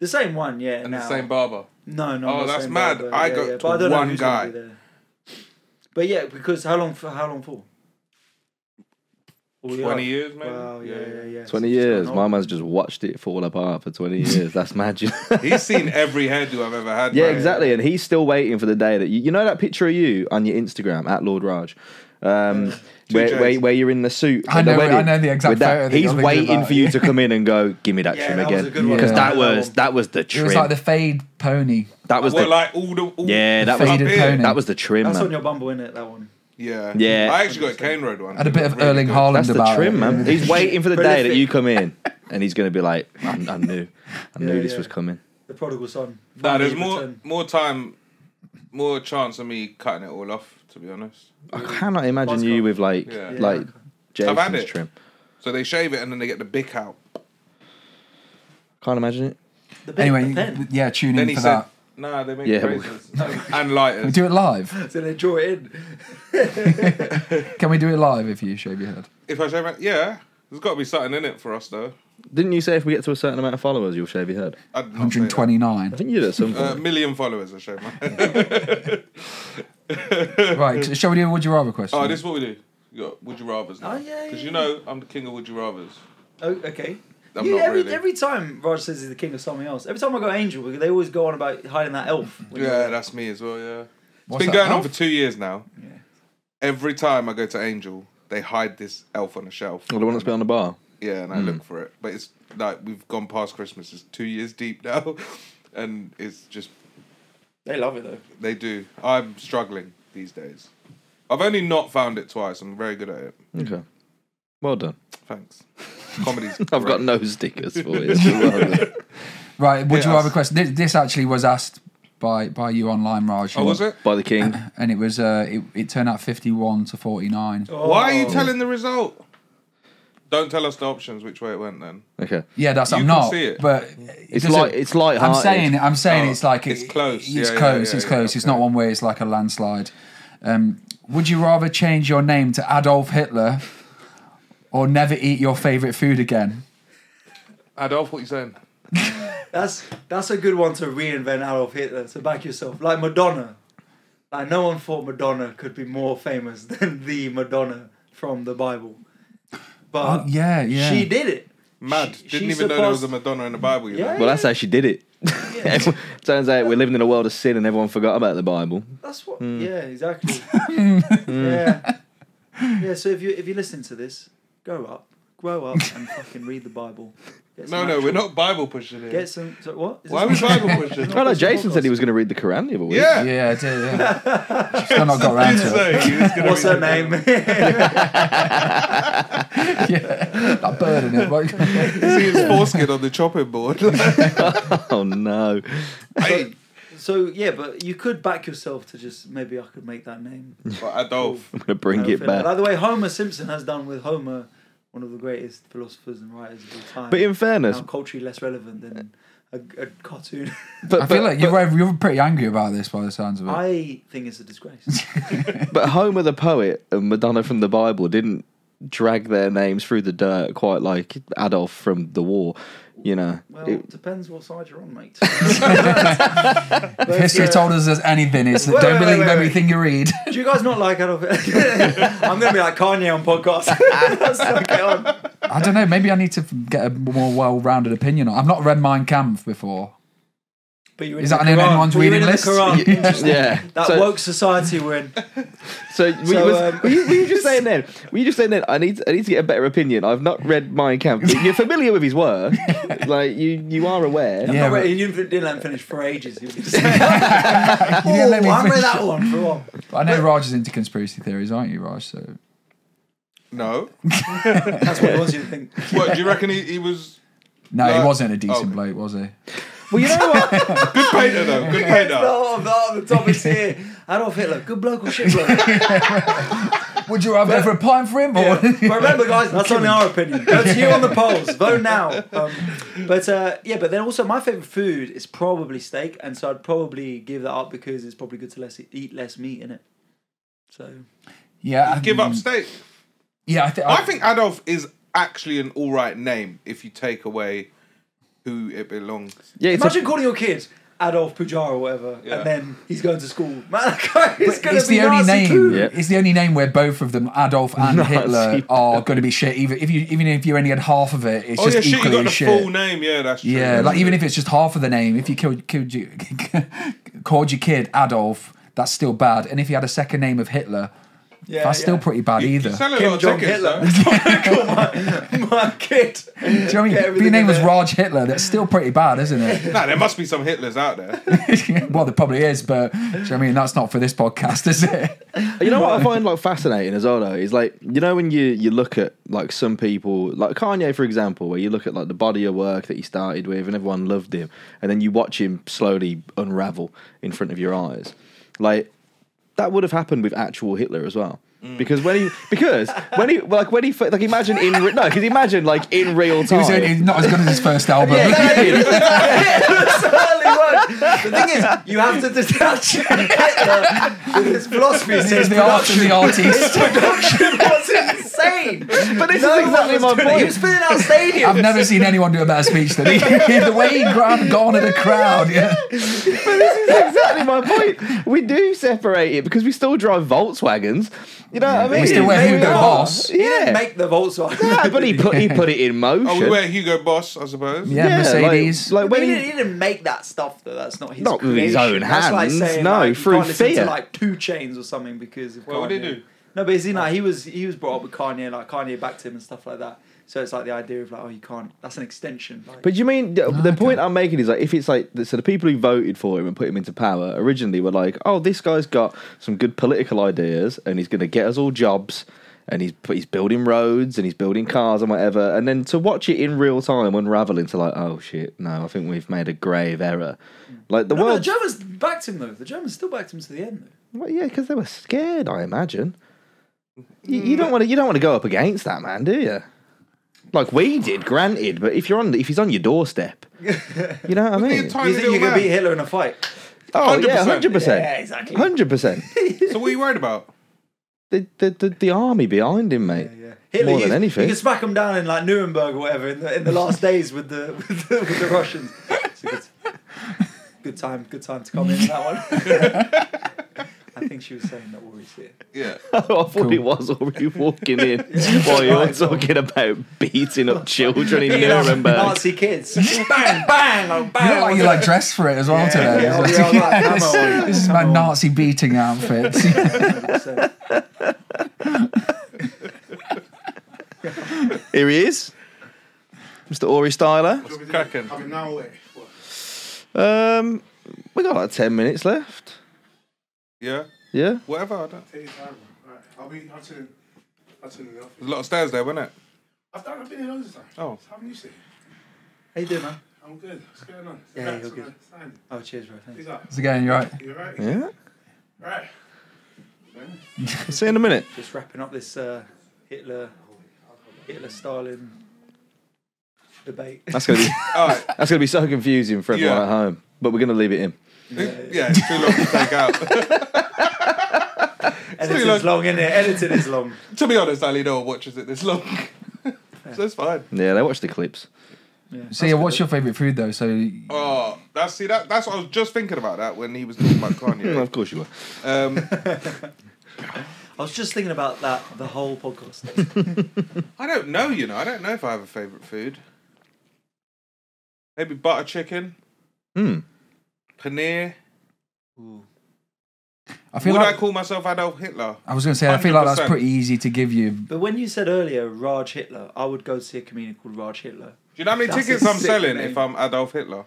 Speaker 5: The same one, yeah.
Speaker 4: and
Speaker 5: now.
Speaker 4: the same barber.
Speaker 5: No, no.
Speaker 4: Oh,
Speaker 5: not
Speaker 4: that's
Speaker 5: same
Speaker 4: mad.
Speaker 5: barber.
Speaker 4: I
Speaker 5: yeah,
Speaker 4: got
Speaker 5: yeah.
Speaker 4: to
Speaker 5: but I don't know
Speaker 4: one
Speaker 5: who's gonna
Speaker 4: guy.
Speaker 5: be there. But yeah, because how long for? How long for? All
Speaker 4: Twenty years, maybe.
Speaker 5: Wow, yeah, yeah, yeah.
Speaker 3: Twenty
Speaker 5: It's just
Speaker 3: years.
Speaker 5: gone
Speaker 3: My
Speaker 5: on.
Speaker 3: man's just watched it fall apart for twenty years. That's mad. you know?
Speaker 4: He's seen every hairdo I've ever had.
Speaker 3: yeah,
Speaker 4: man.
Speaker 3: exactly. And he's still waiting for the day that you, you know that picture of you on your Instagram at Lord Raj. Um, where,
Speaker 4: J's.
Speaker 3: where, where you're in the suit.
Speaker 2: I
Speaker 3: at the
Speaker 2: know- I
Speaker 3: wedding
Speaker 2: know the exact
Speaker 3: with that-
Speaker 2: photo that
Speaker 3: He's
Speaker 2: you're thinking
Speaker 3: waiting
Speaker 2: about.
Speaker 3: for you to come in and go, give me that
Speaker 5: Yeah,
Speaker 3: trim
Speaker 5: that was
Speaker 3: again.
Speaker 5: a good one.
Speaker 3: Because
Speaker 2: Yeah.
Speaker 3: that
Speaker 5: I like that
Speaker 3: was
Speaker 5: one.
Speaker 3: that was the
Speaker 2: It
Speaker 3: trim.
Speaker 2: was like the fade pony.
Speaker 3: that was
Speaker 4: Well,
Speaker 3: the
Speaker 4: like all the all
Speaker 3: yeah. That
Speaker 4: up
Speaker 3: was
Speaker 2: Faded
Speaker 4: here.
Speaker 2: pony.
Speaker 3: that was the trim.
Speaker 5: That's
Speaker 3: man.
Speaker 5: on your bumble, innit? That one.
Speaker 4: yeah,
Speaker 3: Yeah.
Speaker 4: I actually got a cane road one.
Speaker 2: Had a bit of
Speaker 4: Really
Speaker 2: Erling
Speaker 4: good.
Speaker 2: Haaland
Speaker 3: That's the
Speaker 2: about
Speaker 3: trim,
Speaker 2: it.
Speaker 3: man. He's waiting for the day that
Speaker 5: Prolific.
Speaker 3: you come in, and he's going to be like, "I, I knew, I knew
Speaker 5: Yeah,
Speaker 3: this
Speaker 5: yeah.
Speaker 3: was coming."
Speaker 5: The prodigal son.
Speaker 4: Nah, there's
Speaker 5: Finally
Speaker 4: more
Speaker 5: returned.
Speaker 4: more time, more chance of me cutting it all off. To be honest,
Speaker 3: I cannot imagine
Speaker 5: Buzzcut.
Speaker 3: you with like,
Speaker 4: Yeah. Yeah.
Speaker 3: like
Speaker 4: I've had
Speaker 3: Jason's
Speaker 4: it.
Speaker 3: trim.
Speaker 4: so they shave it and then they get the bick out.
Speaker 3: Can't imagine it.
Speaker 5: The pen,
Speaker 2: Anyway,
Speaker 5: the pen.
Speaker 2: yeah, tune
Speaker 4: Then
Speaker 2: in
Speaker 4: he
Speaker 2: for
Speaker 4: said,
Speaker 2: that.
Speaker 4: "Nah, they make
Speaker 3: Yeah,
Speaker 4: razors and- and
Speaker 2: Can we
Speaker 4: lighters."
Speaker 2: do it live?
Speaker 5: So they draw it in.
Speaker 2: Can we do it live if you shave your head?
Speaker 4: If I shave it, yeah, there's got to be something in it for us though.
Speaker 3: Didn't you say if we get to a certain amount of followers, you'll shave your head?
Speaker 4: I'd not say that.
Speaker 2: 129.
Speaker 3: I think you did at some
Speaker 4: A
Speaker 3: point.
Speaker 4: million followers, I shave my
Speaker 2: right, shall we do a would you rather question?
Speaker 4: Oh, this is what we do. You got would you rather's now.
Speaker 5: Oh, yeah, yeah,
Speaker 4: Because you
Speaker 5: yeah.
Speaker 4: know I'm the king of would you rather's.
Speaker 5: Oh, okay.
Speaker 4: I'm
Speaker 5: You-
Speaker 4: not
Speaker 5: every,
Speaker 4: really.
Speaker 5: every time Raj says he's the king of something else, every time I go Angel, they always go on about hiding that elf. when you-
Speaker 4: Yeah, that's me as well, yeah.
Speaker 2: What's
Speaker 4: it's been
Speaker 2: that
Speaker 4: going on
Speaker 2: elf?
Speaker 4: for two years now.
Speaker 5: Yeah.
Speaker 4: Every time I go to Angel, they hide this elf on a shelf.
Speaker 3: Or the one that's been on the bar.
Speaker 4: Yeah, and I
Speaker 5: Hmm.
Speaker 4: look for it. But it's like we've gone past Christmas. It's two years deep now. And it's just,
Speaker 5: They love it though.
Speaker 4: they do. I'm struggling these days. I've only not found it twice. I'm very good at it.
Speaker 3: Okay, well done.
Speaker 4: Thanks. Comedy's
Speaker 3: I've got no stickers for it.
Speaker 2: Right, would
Speaker 4: Yeah,
Speaker 2: you rather
Speaker 4: that's-
Speaker 2: question? This, this actually was asked by by you online, Raj.
Speaker 4: Oh, was it?
Speaker 3: By the king.
Speaker 2: And it was uh, it, it turned out fifty-one to forty-nine.
Speaker 4: Why are
Speaker 3: Oh.
Speaker 4: you telling the result? Don't tell us the options which way it went then.
Speaker 3: Okay.
Speaker 2: Yeah, that's
Speaker 4: You
Speaker 2: I'm
Speaker 4: can
Speaker 2: not.
Speaker 4: see it.
Speaker 2: But it
Speaker 3: It's
Speaker 2: doesn't-
Speaker 3: light- it's lighthearted.
Speaker 2: I'm saying I'm saying
Speaker 4: Oh,
Speaker 2: it's like
Speaker 4: it's
Speaker 2: it-
Speaker 4: close.
Speaker 2: It's
Speaker 4: Yeah, yeah,
Speaker 2: close.
Speaker 4: yeah,
Speaker 2: it's
Speaker 4: yeah,
Speaker 2: close. It's
Speaker 4: okay.
Speaker 2: not one way. It's like a landslide. Um, would you rather change your name to Adolf Hitler, or never eat your favorite food again?
Speaker 4: Adolf, what you saying?
Speaker 5: That's that's a good one to reinvent Adolf Hitler to back yourself, like Madonna. Like no one thought Madonna could be more famous than the Madonna from the Bible, but
Speaker 2: Oh, yeah, yeah.
Speaker 5: she did it.
Speaker 4: Mad.
Speaker 5: She-
Speaker 4: Didn't
Speaker 5: she
Speaker 4: even know there was a
Speaker 5: surpassed-
Speaker 4: Madonna in the Bible. You
Speaker 5: Yeah.
Speaker 4: know?
Speaker 3: Well, that's how she did it. Turns out we're living in a world of sin and everyone forgot about the Bible.
Speaker 5: That's what.
Speaker 4: Hmm.
Speaker 5: Yeah, exactly.
Speaker 2: Hmm.
Speaker 5: yeah, yeah. So if you if you're listening to this, grow up, grow up, and fucking read the Bible. Get
Speaker 4: No,
Speaker 5: some
Speaker 4: no,
Speaker 5: actual-
Speaker 4: we're not Bible pushing here.
Speaker 5: Get some. So what? Is
Speaker 4: Why
Speaker 5: this-
Speaker 4: was Bible pushing?
Speaker 3: Oh no, Jason said he was going to read the Quran the other week.
Speaker 4: Yeah.
Speaker 2: Yeah, I did, yeah. Still not got round to it.
Speaker 4: So he was gonna
Speaker 5: What's
Speaker 4: read
Speaker 5: her
Speaker 4: the
Speaker 5: name?
Speaker 4: Bible.
Speaker 2: Yeah, that bird in it. but-
Speaker 4: You see his foreskin on the chopping board.
Speaker 3: Oh no.
Speaker 4: hey,
Speaker 5: so yeah, but you could back yourself to just maybe I could make that name.
Speaker 4: but Adolf.
Speaker 3: I'm going to bring
Speaker 5: Adolf
Speaker 3: it
Speaker 5: Hitler.
Speaker 3: back.
Speaker 5: Like the way Homer Simpson has done with Homer, one of the greatest philosophers and writers of all time.
Speaker 3: But in fairness,
Speaker 5: now culturally less relevant than a, a cartoon.
Speaker 3: but,
Speaker 2: I feel
Speaker 3: but-
Speaker 2: like you're you're pretty angry about this by the sounds of it.
Speaker 5: I think it's a disgrace.
Speaker 3: but Homer the poet and Madonna from the Bible didn't drag their names through the dirt quite like Adolf from the war. You know,
Speaker 5: Well,
Speaker 3: It-
Speaker 5: it depends what side you're on, mate.
Speaker 2: If history
Speaker 5: yeah.
Speaker 2: told us there's anything, it's that
Speaker 5: Wait,
Speaker 2: don't
Speaker 5: wait, wait,
Speaker 2: believe
Speaker 5: wait, wait.
Speaker 2: everything you read.
Speaker 5: Do you guys not like Adolf? I'm gonna be like Kanye on podcast. That's so get on.
Speaker 2: I don't know. Maybe I need to get a more well-rounded opinion. on I've not read Mein Kampf before.
Speaker 5: But you're
Speaker 2: Is
Speaker 5: into
Speaker 2: that
Speaker 5: the
Speaker 2: on
Speaker 5: Quran.
Speaker 2: anyone's
Speaker 5: But you're
Speaker 2: reading
Speaker 5: into the
Speaker 2: list?
Speaker 5: Quran. Interesting.
Speaker 3: yeah.
Speaker 5: That
Speaker 3: so,
Speaker 5: woke society we're in.
Speaker 3: so, were,
Speaker 5: so,
Speaker 3: you, was-
Speaker 5: um,
Speaker 3: were you, were you just saying then? Were you just saying then? I need, I need to get a better opinion. I've not read Mein Kampf. You're familiar with his work, like you, you are aware.
Speaker 2: Yeah,
Speaker 5: Yeah,
Speaker 2: but-
Speaker 5: you didn't didn't let him finish for ages. He was just saying, oh,
Speaker 2: You didn't
Speaker 4: Oh,
Speaker 2: let me
Speaker 5: I read
Speaker 2: finish.
Speaker 5: that one for a while.
Speaker 2: I know Raj is into conspiracy theories, aren't you, Raj? So
Speaker 4: No.
Speaker 5: That's what he wants you to think.
Speaker 4: What, do you reckon he, he was
Speaker 2: no, he
Speaker 4: No.
Speaker 2: wasn't a decent
Speaker 4: Okay.
Speaker 2: bloke, was he?
Speaker 3: Well, you know what?
Speaker 4: good painter though? Good painter.
Speaker 5: Oh, no, the topics here. Adolf Hitler, good bloke or shit bloke? Yeah.
Speaker 2: Would you rather ever applying for him? Or
Speaker 5: But remember, guys, that's only our opinion. That's you on the polls. Vote now. Um, but uh, yeah, but then also my favorite food is probably steak, and so I'd probably give that up because it's probably good to less eat less meat in it. So
Speaker 2: yeah, I-
Speaker 4: Give up steak.
Speaker 2: Yeah, I, th-
Speaker 4: I think Adolf is actually an all right name if you take away who it belongs.
Speaker 3: Yeah, it's a-
Speaker 5: imagine calling your kid. Adolf Pujar or whatever,
Speaker 4: Yeah.
Speaker 5: and then he's going to school. Man, it's going
Speaker 2: it's
Speaker 5: to be
Speaker 2: the only
Speaker 5: Nazi
Speaker 2: name.
Speaker 5: food.
Speaker 3: Yeah.
Speaker 2: It's the only name where both of them, Adolf and Hitler, are going to be shit. Even if you, even if you only had half of it, it's
Speaker 4: Oh
Speaker 2: just
Speaker 4: yeah, shit, you
Speaker 2: equally
Speaker 4: got the
Speaker 2: shit.
Speaker 4: full name, yeah, that's true.
Speaker 2: Yeah, like even if it's just half of the name, if you killed, killed you, called your kid Adolf, that's still bad. And if you had a second name of Hitler,
Speaker 5: Yeah,
Speaker 2: that's still
Speaker 5: yeah.
Speaker 2: pretty bad
Speaker 4: you,
Speaker 2: either.
Speaker 4: you sell a
Speaker 5: Kim
Speaker 4: lot
Speaker 5: Jong
Speaker 4: of tickets
Speaker 5: Hitler.
Speaker 4: though.
Speaker 5: my kid. Do
Speaker 2: Do you know what I mean? If your name was Raj Hitler, that's still pretty bad, isn't it?
Speaker 4: Nah, there must be some Hitlers out there.
Speaker 2: well, there probably is, but do you know what I mean? That's not for this podcast, is it?
Speaker 3: You know what I find like fascinating as well though is like you know when you you look at like some people like Kanye for example where you look at like the body of work that he started with and everyone loved him and then you watch him slowly unravel in front of your eyes like that would have happened with actual Hitler as well
Speaker 2: Mm.
Speaker 3: because when he because when he like when he fir- like imagine in re- no because imagine like in real
Speaker 2: He was
Speaker 3: time
Speaker 2: only- not as good as his first album.
Speaker 5: Hitler certainly was. The thing is, you have to detach Hitler with his philosophy.
Speaker 2: This is the art of the artist.
Speaker 5: production was insane. But
Speaker 3: this
Speaker 5: no
Speaker 3: is exactly
Speaker 5: one was
Speaker 3: my
Speaker 5: doing it.
Speaker 3: point.
Speaker 5: He was filling out stadiums.
Speaker 2: I've never seen anyone do a better speech than he did. The way he grabbed gone at a crowd. Yeah.
Speaker 3: That's exactly my point. We do separate it because we still drive Volkswagens. You know what I mean?
Speaker 2: We still wear
Speaker 3: There
Speaker 2: Hugo
Speaker 3: are.
Speaker 2: Boss.
Speaker 5: He didn't
Speaker 3: Yeah.
Speaker 5: make the Volkswagen.
Speaker 3: Yeah, but he put he put it in motion.
Speaker 4: Oh, we wear Hugo Boss, I suppose.
Speaker 2: Yeah,
Speaker 3: like-
Speaker 2: Mercedes.
Speaker 3: Like,
Speaker 5: But
Speaker 3: when
Speaker 5: he,
Speaker 3: he-
Speaker 5: didn't, he didn't make that stuff though. That's not his.
Speaker 3: Not with his
Speaker 5: creation.
Speaker 3: own
Speaker 5: That's like
Speaker 3: hands,
Speaker 5: saying,
Speaker 3: no,
Speaker 5: like, you
Speaker 3: through
Speaker 5: can't listen
Speaker 3: fear.
Speaker 5: To, like two chains or something because of.
Speaker 4: Well, what did he
Speaker 5: Kanye.
Speaker 4: do?
Speaker 5: No, but is he like he was he was brought up with Kanye, like Kanye backed him and stuff like that. So it's like the idea of like, oh, you can't. That's an extension. Like,
Speaker 3: But you mean the, the point I'm making is like if it's like so the people who voted for him and put him into power originally were like, oh, this guy's got some good political ideas and he's going to get us all jobs and he's but he's building roads and he's building cars and whatever. And then to watch it in real time unravel into like, oh shit, no, I think we've made a grave error. Like the
Speaker 5: No, no, the
Speaker 3: world,
Speaker 5: Germans backed him though. The Germans still backed him to the end though.
Speaker 3: well, yeah, because they were scared. I imagine. You, you don't want to. You don't want to go up against that man, do you? Like we did, granted. But if you're on, if he's on your doorstep, you know what I
Speaker 4: Look
Speaker 3: mean.
Speaker 4: at your tiny
Speaker 5: You think you're
Speaker 4: little
Speaker 5: gonna beat
Speaker 4: man.
Speaker 5: Hitler in a fight?
Speaker 3: Oh yeah,
Speaker 4: 100%.
Speaker 3: hundred percent.
Speaker 5: Yeah, exactly.
Speaker 3: Hundred percent.
Speaker 4: So what are you worried about?
Speaker 3: The the the the army behind him, mate.
Speaker 5: Hitler,
Speaker 3: More
Speaker 5: you,
Speaker 3: than anything.
Speaker 5: you can smack him down in like Nuremberg or whatever in the, in the last days with the with the, with the Russians. It's a good, good time, good time to come in on that one. I think she was saying that worries here.
Speaker 4: Yeah.
Speaker 3: I thought it was already walking in while you were talking about beating up children in Nuremberg.
Speaker 5: Nazi kids, bang, bang, oh, bang.
Speaker 2: You look like you like dressed for it as well today.
Speaker 5: yeah,
Speaker 2: It's
Speaker 5: oh,
Speaker 2: like,
Speaker 5: yeah, all
Speaker 2: yeah,
Speaker 5: right, come
Speaker 2: this,
Speaker 5: on,
Speaker 2: this is
Speaker 5: come
Speaker 2: my
Speaker 5: on.
Speaker 2: Nazi beating outfit.
Speaker 5: So,
Speaker 3: Here he is, Mr. Ori Styler.
Speaker 4: Cracking.
Speaker 6: I mean, now what?
Speaker 3: Um, we got like ten minutes left.
Speaker 4: Yeah.
Speaker 3: Yeah.
Speaker 4: Whatever. I don't...
Speaker 6: Take your time. Alright, I'll be. I'll turn. I'll turn it off.
Speaker 4: There's a lot of stairs there, wasn't it?
Speaker 6: I've done. I've been here loads of times.
Speaker 4: Oh.
Speaker 6: How haven't you seen?
Speaker 5: how you doing, man?
Speaker 6: I'm good. What's going on?
Speaker 5: Yeah,
Speaker 6: Relax,
Speaker 5: you're good.
Speaker 6: man. Sign.
Speaker 5: Oh, cheers, bro. Thanks.
Speaker 6: He's up.
Speaker 2: It's again, you're right.
Speaker 6: You alright?
Speaker 3: Yeah.
Speaker 6: Right.
Speaker 3: See you in a minute.
Speaker 5: Just wrapping up this uh, Hitler, Hitler Stalin debate.
Speaker 3: That's gonna be
Speaker 4: All right.
Speaker 3: that's gonna be so confusing for everyone
Speaker 4: Yeah.
Speaker 3: at home. But we're gonna leave it in.
Speaker 4: Yeah, it's too long to take out.
Speaker 5: Editing's long, isn't it? Editing is long.
Speaker 4: to be honest, Ali, no one watches it this long. so it's fine.
Speaker 3: Yeah, they watch the clips.
Speaker 2: So yeah, what's your favourite food though? So
Speaker 4: Oh, that's see that that's what I was just thinking about that when he was talking about
Speaker 3: Mm,
Speaker 4: Kanye.
Speaker 3: of course you were.
Speaker 4: Um,
Speaker 5: I was just thinking about that the whole podcast.
Speaker 4: I don't know, you know, I don't know if I have a favorite food. Maybe butter chicken,
Speaker 3: Hmm.
Speaker 4: paneer.
Speaker 2: I feel
Speaker 4: Would I
Speaker 2: like
Speaker 4: call myself Adolf Hitler?
Speaker 2: I was going to say I feel like that's
Speaker 4: 100%.
Speaker 2: pretty easy to give you.
Speaker 5: But when you said earlier Raj Hitler, I would go to see a comedian called Raj Hitler.
Speaker 4: Do you know how many
Speaker 5: That's a
Speaker 4: tickets I'm
Speaker 5: sick
Speaker 4: selling
Speaker 5: name.
Speaker 4: if I'm Adolf Hitler?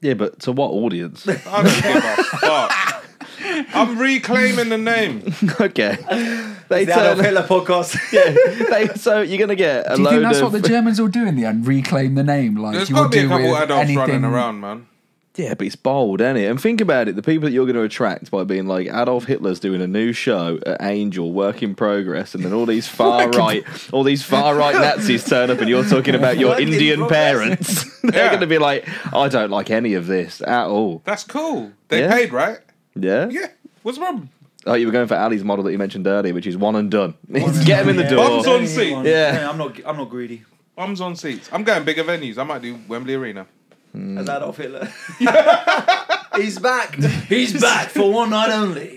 Speaker 3: Yeah, but to what audience?
Speaker 4: I don't give a fuck. I'm reclaiming the name.
Speaker 3: okay. They
Speaker 5: The Adolf
Speaker 3: turn-
Speaker 5: Hitler podcast.
Speaker 3: yeah. They, so you're gonna get a
Speaker 2: Do you
Speaker 3: load
Speaker 2: think that's
Speaker 3: of.
Speaker 2: what the Germans will do in the end? Reclaim the name, like
Speaker 4: There's
Speaker 2: you
Speaker 4: got
Speaker 2: will
Speaker 4: to be a
Speaker 2: do
Speaker 4: couple
Speaker 2: with
Speaker 4: adults
Speaker 2: anything.
Speaker 4: running around, man.
Speaker 3: yeah, but it's bold, ain't it? And think about it: the people that you're going to attract by being like Adolf Hitler's doing a new show at Angel, work in progress, and then all these far right, all these far right Nazis turn up, and you're talking about your
Speaker 5: Work in
Speaker 3: Indian
Speaker 5: progress.
Speaker 3: parents. They're
Speaker 4: Yeah.
Speaker 3: going to be like, I don't like any of this at all.
Speaker 4: That's cool. They
Speaker 3: Yeah.
Speaker 4: paid, right?
Speaker 3: Yeah.
Speaker 4: Yeah. What's wrong?
Speaker 3: Oh, you were going for Ali's model that you mentioned earlier, which is one and done. Get him in the
Speaker 5: Yeah.
Speaker 3: door.
Speaker 4: Bums on seat.
Speaker 5: Anyone.
Speaker 3: Yeah.
Speaker 5: I'm not. I'm not greedy.
Speaker 4: Arms on seats. I'm going bigger venues. I might do Wembley Arena.
Speaker 5: As Adolf Hitler. Mm. He's back. He's back for one night only.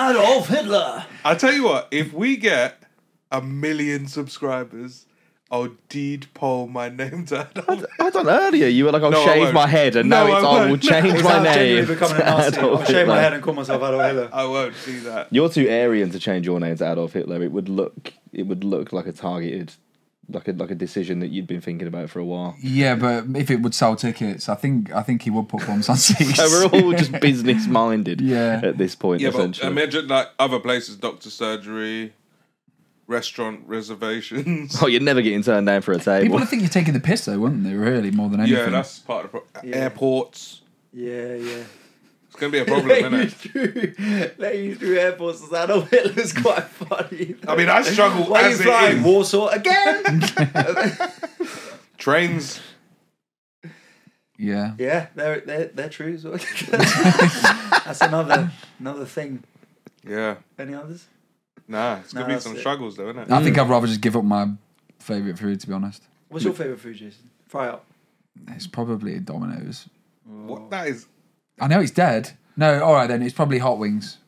Speaker 5: Adolf Hitler.
Speaker 4: I tell you what, if we get a million subscribers, I'll deed poll my name to Adolf.
Speaker 3: I done earlier. You were like, I'll
Speaker 4: No, I
Speaker 3: shave
Speaker 4: won't.
Speaker 3: my head, and
Speaker 4: No,
Speaker 3: now it's
Speaker 4: I
Speaker 3: I, will
Speaker 4: won't.
Speaker 3: change my
Speaker 5: I'm
Speaker 3: name.
Speaker 5: genuinely becoming a
Speaker 3: to
Speaker 5: Nazi.
Speaker 3: Adolf
Speaker 5: I'll shave my
Speaker 3: Hitler.
Speaker 5: head and call myself Adolf Hitler.
Speaker 4: I won't do that.
Speaker 3: You're too Aryan to change your name to Adolf Hitler. It would look it would look like a targeted like a like a decision that you'd been thinking about for a while.
Speaker 2: Yeah, but if it would sell tickets, I think I think he would put bombs on seats.
Speaker 3: So we're all just business minded
Speaker 2: Yeah.
Speaker 3: at this point,
Speaker 5: uh,
Speaker 4: Yeah, but
Speaker 3: essentially.
Speaker 4: imagine like other places, doctor surgery, restaurant reservations.
Speaker 3: oh, you're never getting turned down for a
Speaker 2: People
Speaker 3: table.
Speaker 2: would think you're taking the piss though, wouldn't they? Really, more than anything.
Speaker 4: yeah, that's part of the problem.
Speaker 5: Yeah.
Speaker 4: Airports.
Speaker 5: Yeah, yeah.
Speaker 4: It's gonna be a problem, isn't
Speaker 5: you
Speaker 4: it?
Speaker 5: through, letting you through airports as Adolf Hitler's quite funny.
Speaker 4: I mean, I struggle
Speaker 5: Why are you
Speaker 4: as it
Speaker 5: flying
Speaker 4: is.
Speaker 5: Warsaw again?
Speaker 4: Trains.
Speaker 2: yeah.
Speaker 5: yeah, they're they're, they're true. As well. That's another another thing.
Speaker 4: Yeah.
Speaker 5: Any others?
Speaker 4: Nah, it's gonna
Speaker 5: Nah,
Speaker 4: be
Speaker 5: that's
Speaker 4: some
Speaker 5: it.
Speaker 4: struggles though, isn't it?
Speaker 2: I think I'd rather just give up my favourite food. To be honest,
Speaker 5: What's your favourite food, Jason? Fry up.
Speaker 2: it's probably Domino's.
Speaker 4: What that is
Speaker 2: I know it's dead. No, all right then. It's probably hot wings.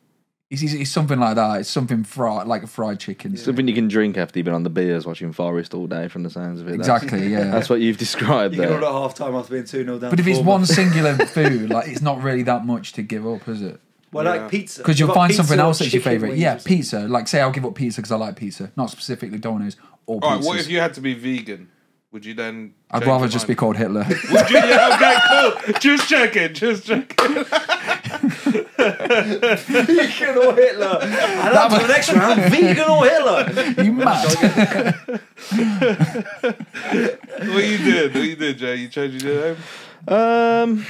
Speaker 2: It's, it's, it's something like that. It's something fried, like a fried chicken.
Speaker 3: Something you can drink after you've been on the beers watching Forest all day from the sounds of it. That's-
Speaker 2: Exactly. Yeah.
Speaker 3: That's what you've described
Speaker 5: You
Speaker 3: there.
Speaker 5: can order at half time after being 2 0 down.
Speaker 2: but if it's
Speaker 5: four,
Speaker 2: one singular food, like it's not really that much to give up, is it?
Speaker 5: Well,
Speaker 4: Yeah.
Speaker 5: like pizza.
Speaker 2: Because you'll
Speaker 5: What about
Speaker 2: find
Speaker 5: pizza
Speaker 2: something
Speaker 5: or
Speaker 2: else that's your
Speaker 5: chicken
Speaker 2: favorite.
Speaker 5: wings
Speaker 2: Yeah,
Speaker 5: or something?
Speaker 2: pizza. Like, say I'll give up pizza because I like pizza, not specifically Domino's or
Speaker 4: Alright,
Speaker 2: pizzas.
Speaker 4: what if you had to be vegan? Would you then
Speaker 2: I'd
Speaker 4: change
Speaker 2: rather
Speaker 4: your
Speaker 2: just be
Speaker 4: mind?
Speaker 2: called Hitler.
Speaker 4: Would you yeah, okay, cool. Just checking, just checking.
Speaker 5: vegan or Hitler. And up to the next round, vegan or Hitler.
Speaker 2: You mad?
Speaker 4: What you did? What you did, Jay? You changed your name?
Speaker 3: Um,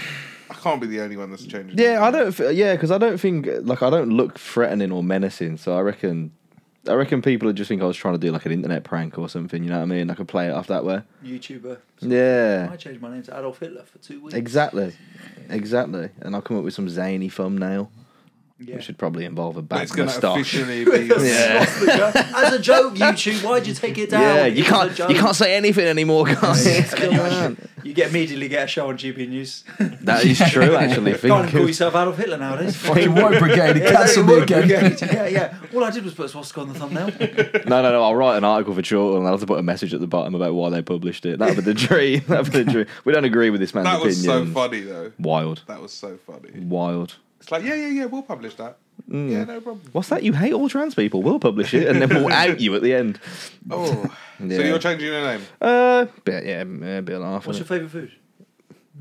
Speaker 4: I can't be the only one that's changed. his
Speaker 3: yeah, I
Speaker 4: name.
Speaker 3: don't. f- Yeah, because I don't think like I don't look threatening or menacing. So I reckon, I reckon people would just think I was trying to do like an internet prank or something. You know what I mean? I could play it off that way.
Speaker 5: YouTuber. I
Speaker 3: Yeah,
Speaker 5: changed my name to Adolf Hitler for two weeks.
Speaker 3: exactly, exactly. And I'll come up with some zany thumbnail,
Speaker 5: Yeah.
Speaker 3: which should probably involve a
Speaker 4: But
Speaker 3: bad
Speaker 4: it's gonna
Speaker 3: moustache.
Speaker 4: officially be.
Speaker 3: Yeah.
Speaker 5: As a joke, YouTube, why'd you take it down?
Speaker 3: Yeah, you
Speaker 5: It was
Speaker 3: can't
Speaker 5: a
Speaker 3: you
Speaker 5: joke.
Speaker 3: can't say anything anymore, guys.
Speaker 5: Come on. You get immediately get a show on GB News.
Speaker 3: that is true, actually.
Speaker 5: Can't even call
Speaker 3: Think
Speaker 5: yourself Adolf Hitler nowadays.
Speaker 2: Fucking woke brigade,
Speaker 5: Yeah,
Speaker 2: cancel
Speaker 5: they
Speaker 2: me
Speaker 5: would,
Speaker 2: again.
Speaker 5: yeah, yeah, yeah. All I did was put swastika on the thumbnail.
Speaker 3: no, no, no. I'll write an article for Chortle and I'll have to put a message at the bottom about why they published it. That'd be the dream. That'd be the dream. We don't agree with this man's
Speaker 4: That was
Speaker 3: opinions.
Speaker 4: so funny though.
Speaker 3: Wild,
Speaker 4: That was so funny.
Speaker 3: wild.
Speaker 4: It's like, yeah, yeah, yeah, we'll publish that.
Speaker 3: Mm.
Speaker 4: Yeah, no problem.
Speaker 3: What's that? You hate all trans people? We'll publish it and then we'll out you at the end.
Speaker 4: Oh,
Speaker 3: Yeah.
Speaker 4: so you're changing your name?
Speaker 3: Uh, bit yeah, a bit of laugh.
Speaker 5: What's your
Speaker 3: innit?
Speaker 5: favourite food?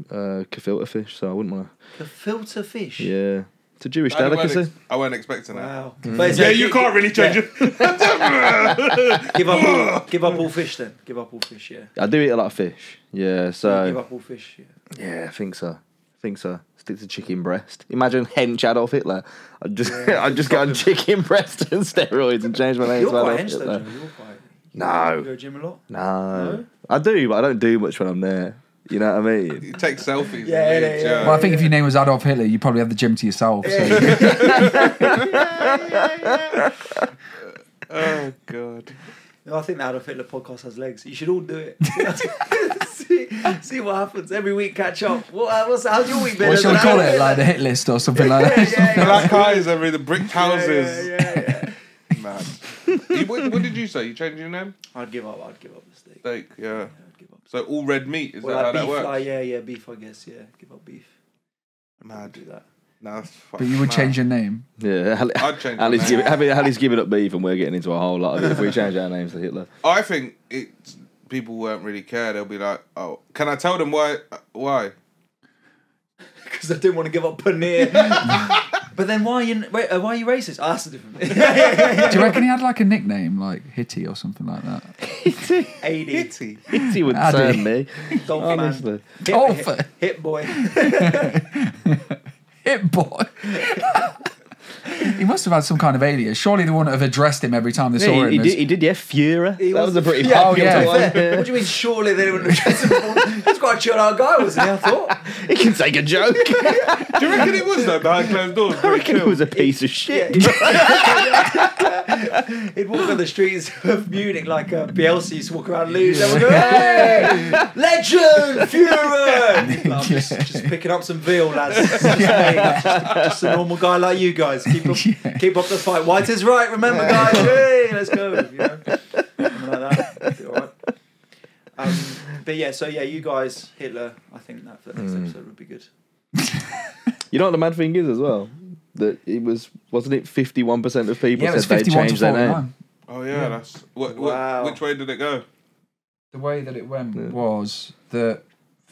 Speaker 3: uh, gefilte fish. So I wouldn't want
Speaker 5: The filter fish.
Speaker 3: to. Yeah, it's a Jewish
Speaker 4: I weren't,
Speaker 3: delicacy.
Speaker 4: ex- I weren't expecting that.
Speaker 5: Wow. But it's-
Speaker 4: Yeah, you can't really change
Speaker 5: yeah.
Speaker 4: it.
Speaker 5: Give up, all, give up all fish then. Give up all fish. Yeah.
Speaker 3: I do eat a lot of fish. Yeah, so
Speaker 5: Give up all fish. Yeah.
Speaker 3: Yeah, I think so. I think so. Stick to chicken breast. Imagine hench Adolf Hitler. I'd just, I'd just go on chicken breast and steroids and change my name
Speaker 5: You're
Speaker 3: to Adolf
Speaker 5: quite hench though.
Speaker 3: Hitler.
Speaker 5: Joe. You're quite. You
Speaker 3: No,
Speaker 5: go gym a lot.
Speaker 3: no,
Speaker 5: No?
Speaker 3: I do, but I don't do much when I'm there. You know what I mean?
Speaker 4: You take selfies.
Speaker 5: Yeah,
Speaker 4: and
Speaker 5: yeah,
Speaker 4: leave,
Speaker 5: yeah.
Speaker 2: Well, I think if your name was Adolf Hitler, you probably have the gym to yourself. So.
Speaker 4: Oh god.
Speaker 5: No, I think the Adolf Hitler podcast has legs. You should all do it. see, see what happens every week. Catch up. What, uh, what's, how's your week been?
Speaker 2: What
Speaker 5: as
Speaker 2: should we
Speaker 5: an
Speaker 2: call
Speaker 5: Adolf
Speaker 2: it?
Speaker 5: Hitler?
Speaker 2: Like the hit list or something like
Speaker 5: yeah,
Speaker 2: that.
Speaker 5: yeah, yeah.
Speaker 4: Black eyes every the brick
Speaker 5: Yeah,
Speaker 4: houses.
Speaker 5: yeah, yeah, yeah.
Speaker 4: Mad. You- what, what did you say? You changed your name?
Speaker 5: I'd give up. I'd give up the steak.
Speaker 4: Like, yeah.
Speaker 5: I'd give up.
Speaker 4: So all red meat is
Speaker 5: Well,
Speaker 4: that how
Speaker 5: like
Speaker 4: that
Speaker 5: beef.
Speaker 4: works?
Speaker 5: uh, yeah, yeah, beef. I guess. Yeah, give up beef. I'd
Speaker 4: Mad.
Speaker 5: do that.
Speaker 4: No, that's fucking
Speaker 2: But you would
Speaker 4: mad.
Speaker 2: change your name.
Speaker 3: Yeah, Ali-
Speaker 4: I'd change my
Speaker 3: Ali's,
Speaker 4: name.
Speaker 3: giving, Ali- Ali's giving up beef, and we're getting into a whole lot of it if we change our names to Hitler.
Speaker 4: I think it. People won't really care. They'll be like, "Oh, can I tell them why? Why?
Speaker 5: because I didn't want to give up paneer. but then why are you wait, uh, why are you racist? Oh, that's a different. yeah, yeah, yeah.
Speaker 2: Do you reckon he had like a nickname, like Hitty or something like that?
Speaker 4: Pity.
Speaker 5: Eighty.
Speaker 3: He would
Speaker 2: Ali.
Speaker 3: turn me.
Speaker 5: Dolphin man.
Speaker 3: Honestly,
Speaker 5: Hit,
Speaker 2: Oh,
Speaker 5: hit,
Speaker 2: for-
Speaker 5: hit boy.
Speaker 2: Hit boy. he must have had some kind of alias. Surely they wouldn't have addressed him every time they saw
Speaker 3: yeah,
Speaker 2: him.
Speaker 3: he, he,
Speaker 2: as-
Speaker 3: did, he did. Yeah, Führer.
Speaker 5: He
Speaker 3: That was a pretty
Speaker 5: yeah,
Speaker 3: popular
Speaker 2: yeah.
Speaker 3: one.
Speaker 5: What do you mean? Surely they didn't. He's quite a chilled out guy, wasn't he? I thought.
Speaker 3: He can take a joke.
Speaker 4: Do you reckon it was though behind closed doors?
Speaker 3: I reckon he was a piece of shit.
Speaker 5: He'd walk on the streets of Munich like uh, Bielsa used to walk around Luz. Everyone go, hey, legend, Führer. He'd be like, I'm just, just picking up some veal, lads. Just, just- just a normal guy like you guys. Keep up,
Speaker 2: Yeah.
Speaker 5: keep up the fight. White is right. Remember, guys. Hey, let's go. You know? Something like that. Be all right. Um, but yeah, so yeah, you guys, Hitler. I think that for the
Speaker 2: Hmm.
Speaker 5: next episode would be good.
Speaker 3: You know what the mad thing is as well? That it was wasn't it fifty one percent of people
Speaker 2: yeah, it was
Speaker 3: said they
Speaker 2: 51 to
Speaker 3: changed their name.
Speaker 2: 49.
Speaker 4: Oh yeah, that's. What, what,
Speaker 5: Wow.
Speaker 4: Which way did it go?
Speaker 2: The way that it went was that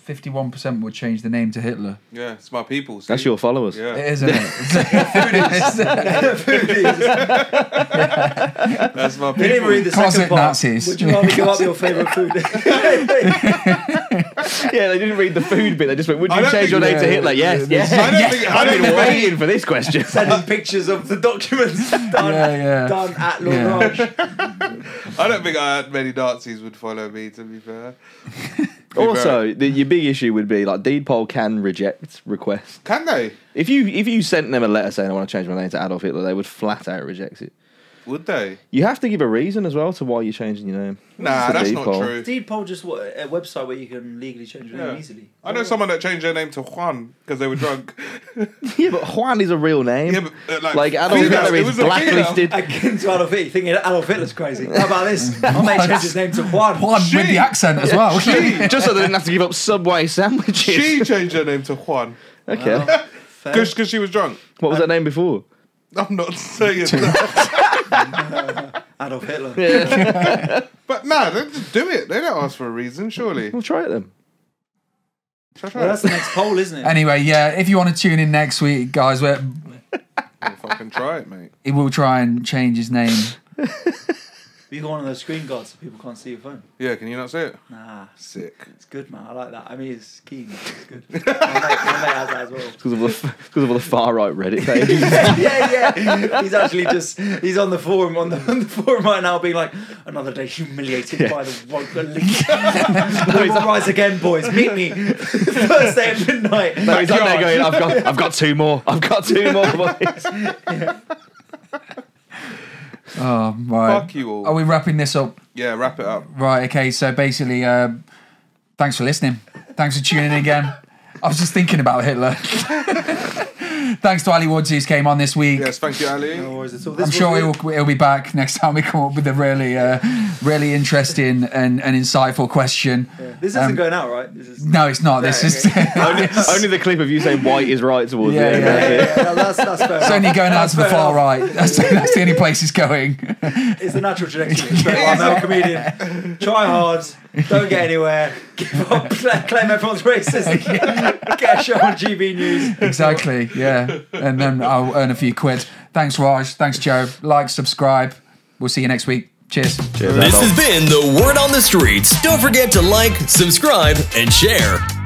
Speaker 2: 51% would change the name to Hitler.
Speaker 4: Yeah, it's my people. see?
Speaker 3: That's your followers.
Speaker 4: Yeah,
Speaker 2: It is, isn't it?
Speaker 4: that's my
Speaker 5: We didn't even
Speaker 4: people.
Speaker 5: read the
Speaker 2: Closet
Speaker 5: second part.
Speaker 2: Nazis.
Speaker 5: Would you rather give up your favourite food?
Speaker 3: Yeah, they didn't read the food bit. They just went, "Would
Speaker 4: I
Speaker 3: you
Speaker 4: don't
Speaker 3: change your name
Speaker 4: think-
Speaker 3: to Hitler?" Yes, yes.
Speaker 4: I don't think. I
Speaker 3: I've
Speaker 4: don't
Speaker 3: been
Speaker 4: think.
Speaker 3: waiting for this question.
Speaker 5: sending pictures of the documents done,
Speaker 2: Yeah, yeah.
Speaker 5: done at Lord
Speaker 2: Yeah.
Speaker 5: Ranch.
Speaker 4: I don't think I had many Nazis would follow me. To be fair.
Speaker 3: also, the, your big issue would be like deed poll can reject requests.
Speaker 4: Can they?
Speaker 3: If you if you sent them a letter saying I want to change my name to Adolf Hitler, they would flat out reject it.
Speaker 4: Would they?
Speaker 3: You have to give a reason as well to why you're changing your name.
Speaker 4: Nah,
Speaker 3: It's a
Speaker 4: that's
Speaker 3: deed
Speaker 4: not
Speaker 3: poll.
Speaker 4: true.
Speaker 5: Deed poll just what a website where you can legally change your name
Speaker 4: Yeah.
Speaker 5: easily.
Speaker 4: I know someone that changed their name to Juan because they were drunk.
Speaker 3: Yeah, but Juan is a real name.
Speaker 4: Yeah, but, uh, like,
Speaker 3: like Adolf
Speaker 4: female-
Speaker 3: Hitler
Speaker 4: it
Speaker 3: is
Speaker 4: was a female.
Speaker 3: blacklisted.
Speaker 5: Akin to Adolf Hitler, thinking Adolf Hitler's crazy. How about this? I might change his name to Juan.
Speaker 2: One with the accent as well.
Speaker 3: Just so they didn't have to give up Subway sandwiches.
Speaker 4: she changed her name to Juan
Speaker 3: okay.
Speaker 5: Fair.
Speaker 4: because she was drunk.
Speaker 3: What was her name before?
Speaker 4: I'm not saying that.
Speaker 5: Adolf Hitler.
Speaker 4: But nah, they just do it. They don't ask for a reason, surely.
Speaker 3: We'll try it then.
Speaker 4: Shall I try
Speaker 5: Well, that's
Speaker 4: it?
Speaker 5: the next poll, isn't it?
Speaker 2: Anyway, yeah, if you want to tune in next week, guys, we're
Speaker 4: Well, fucking try it, mate.
Speaker 2: He will try and change his name.
Speaker 5: You got one of those screen guards so people can't see your phone.
Speaker 4: Yeah, can you not see it?
Speaker 5: Nah,
Speaker 4: Sick.
Speaker 5: it's good, man. I like that. I mean, it's keen. It's good. my, mate, my mate has that as well.
Speaker 3: because of all the because of all the far right Reddit pages.
Speaker 5: yeah, yeah. He's actually just he's on the forum on the, on the forum right now, being like, another day humiliated by the woke elite. we will rise again, boys. Meet me Thursday at midnight.
Speaker 3: no, he's up there going, I've got I've got two more. I've got two more. boys."
Speaker 2: Oh, right.
Speaker 4: Fuck you all.
Speaker 2: Are we wrapping this up?
Speaker 4: Yeah, wrap it up.
Speaker 2: Right, okay, so basically, uh, thanks for listening. Thanks for tuning in again. I was just thinking about Hitler. thanks to Ali Woods who's came on this week.
Speaker 4: Yes, thank you, Ali.
Speaker 5: No worries at all.
Speaker 2: I'm
Speaker 5: This
Speaker 2: sure
Speaker 5: was-
Speaker 2: he'll, he'll be back next time we come up with a really, uh, really interesting and, and insightful question.
Speaker 5: This isn't
Speaker 2: um,
Speaker 5: going out, right? This is.
Speaker 2: No, it's not. This is
Speaker 5: okay.
Speaker 3: only, only the clip of you saying white is right towards
Speaker 2: Yeah,
Speaker 3: the end.
Speaker 2: yeah.
Speaker 5: Yeah, yeah, yeah, that's, that's fair.
Speaker 2: it's
Speaker 5: enough.
Speaker 2: only going out to the
Speaker 5: Fair
Speaker 2: far
Speaker 5: enough.
Speaker 2: right. That's, that's the only place it's going.
Speaker 5: It's the natural trajectory. It's very well, I'm a comedian. Try hard. Don't get anywhere. Give up. Claim everyone's racist. Get a show on GB News.
Speaker 2: exactly. Yeah, and then I'll earn a few quid. Thanks, Raj. Thanks, Joe. Like, subscribe. We'll see you next week. Cheers.
Speaker 3: Cheers,
Speaker 1: This
Speaker 3: Adolf.
Speaker 1: has been The Word on the Streets. Don't forget to like, subscribe, and share.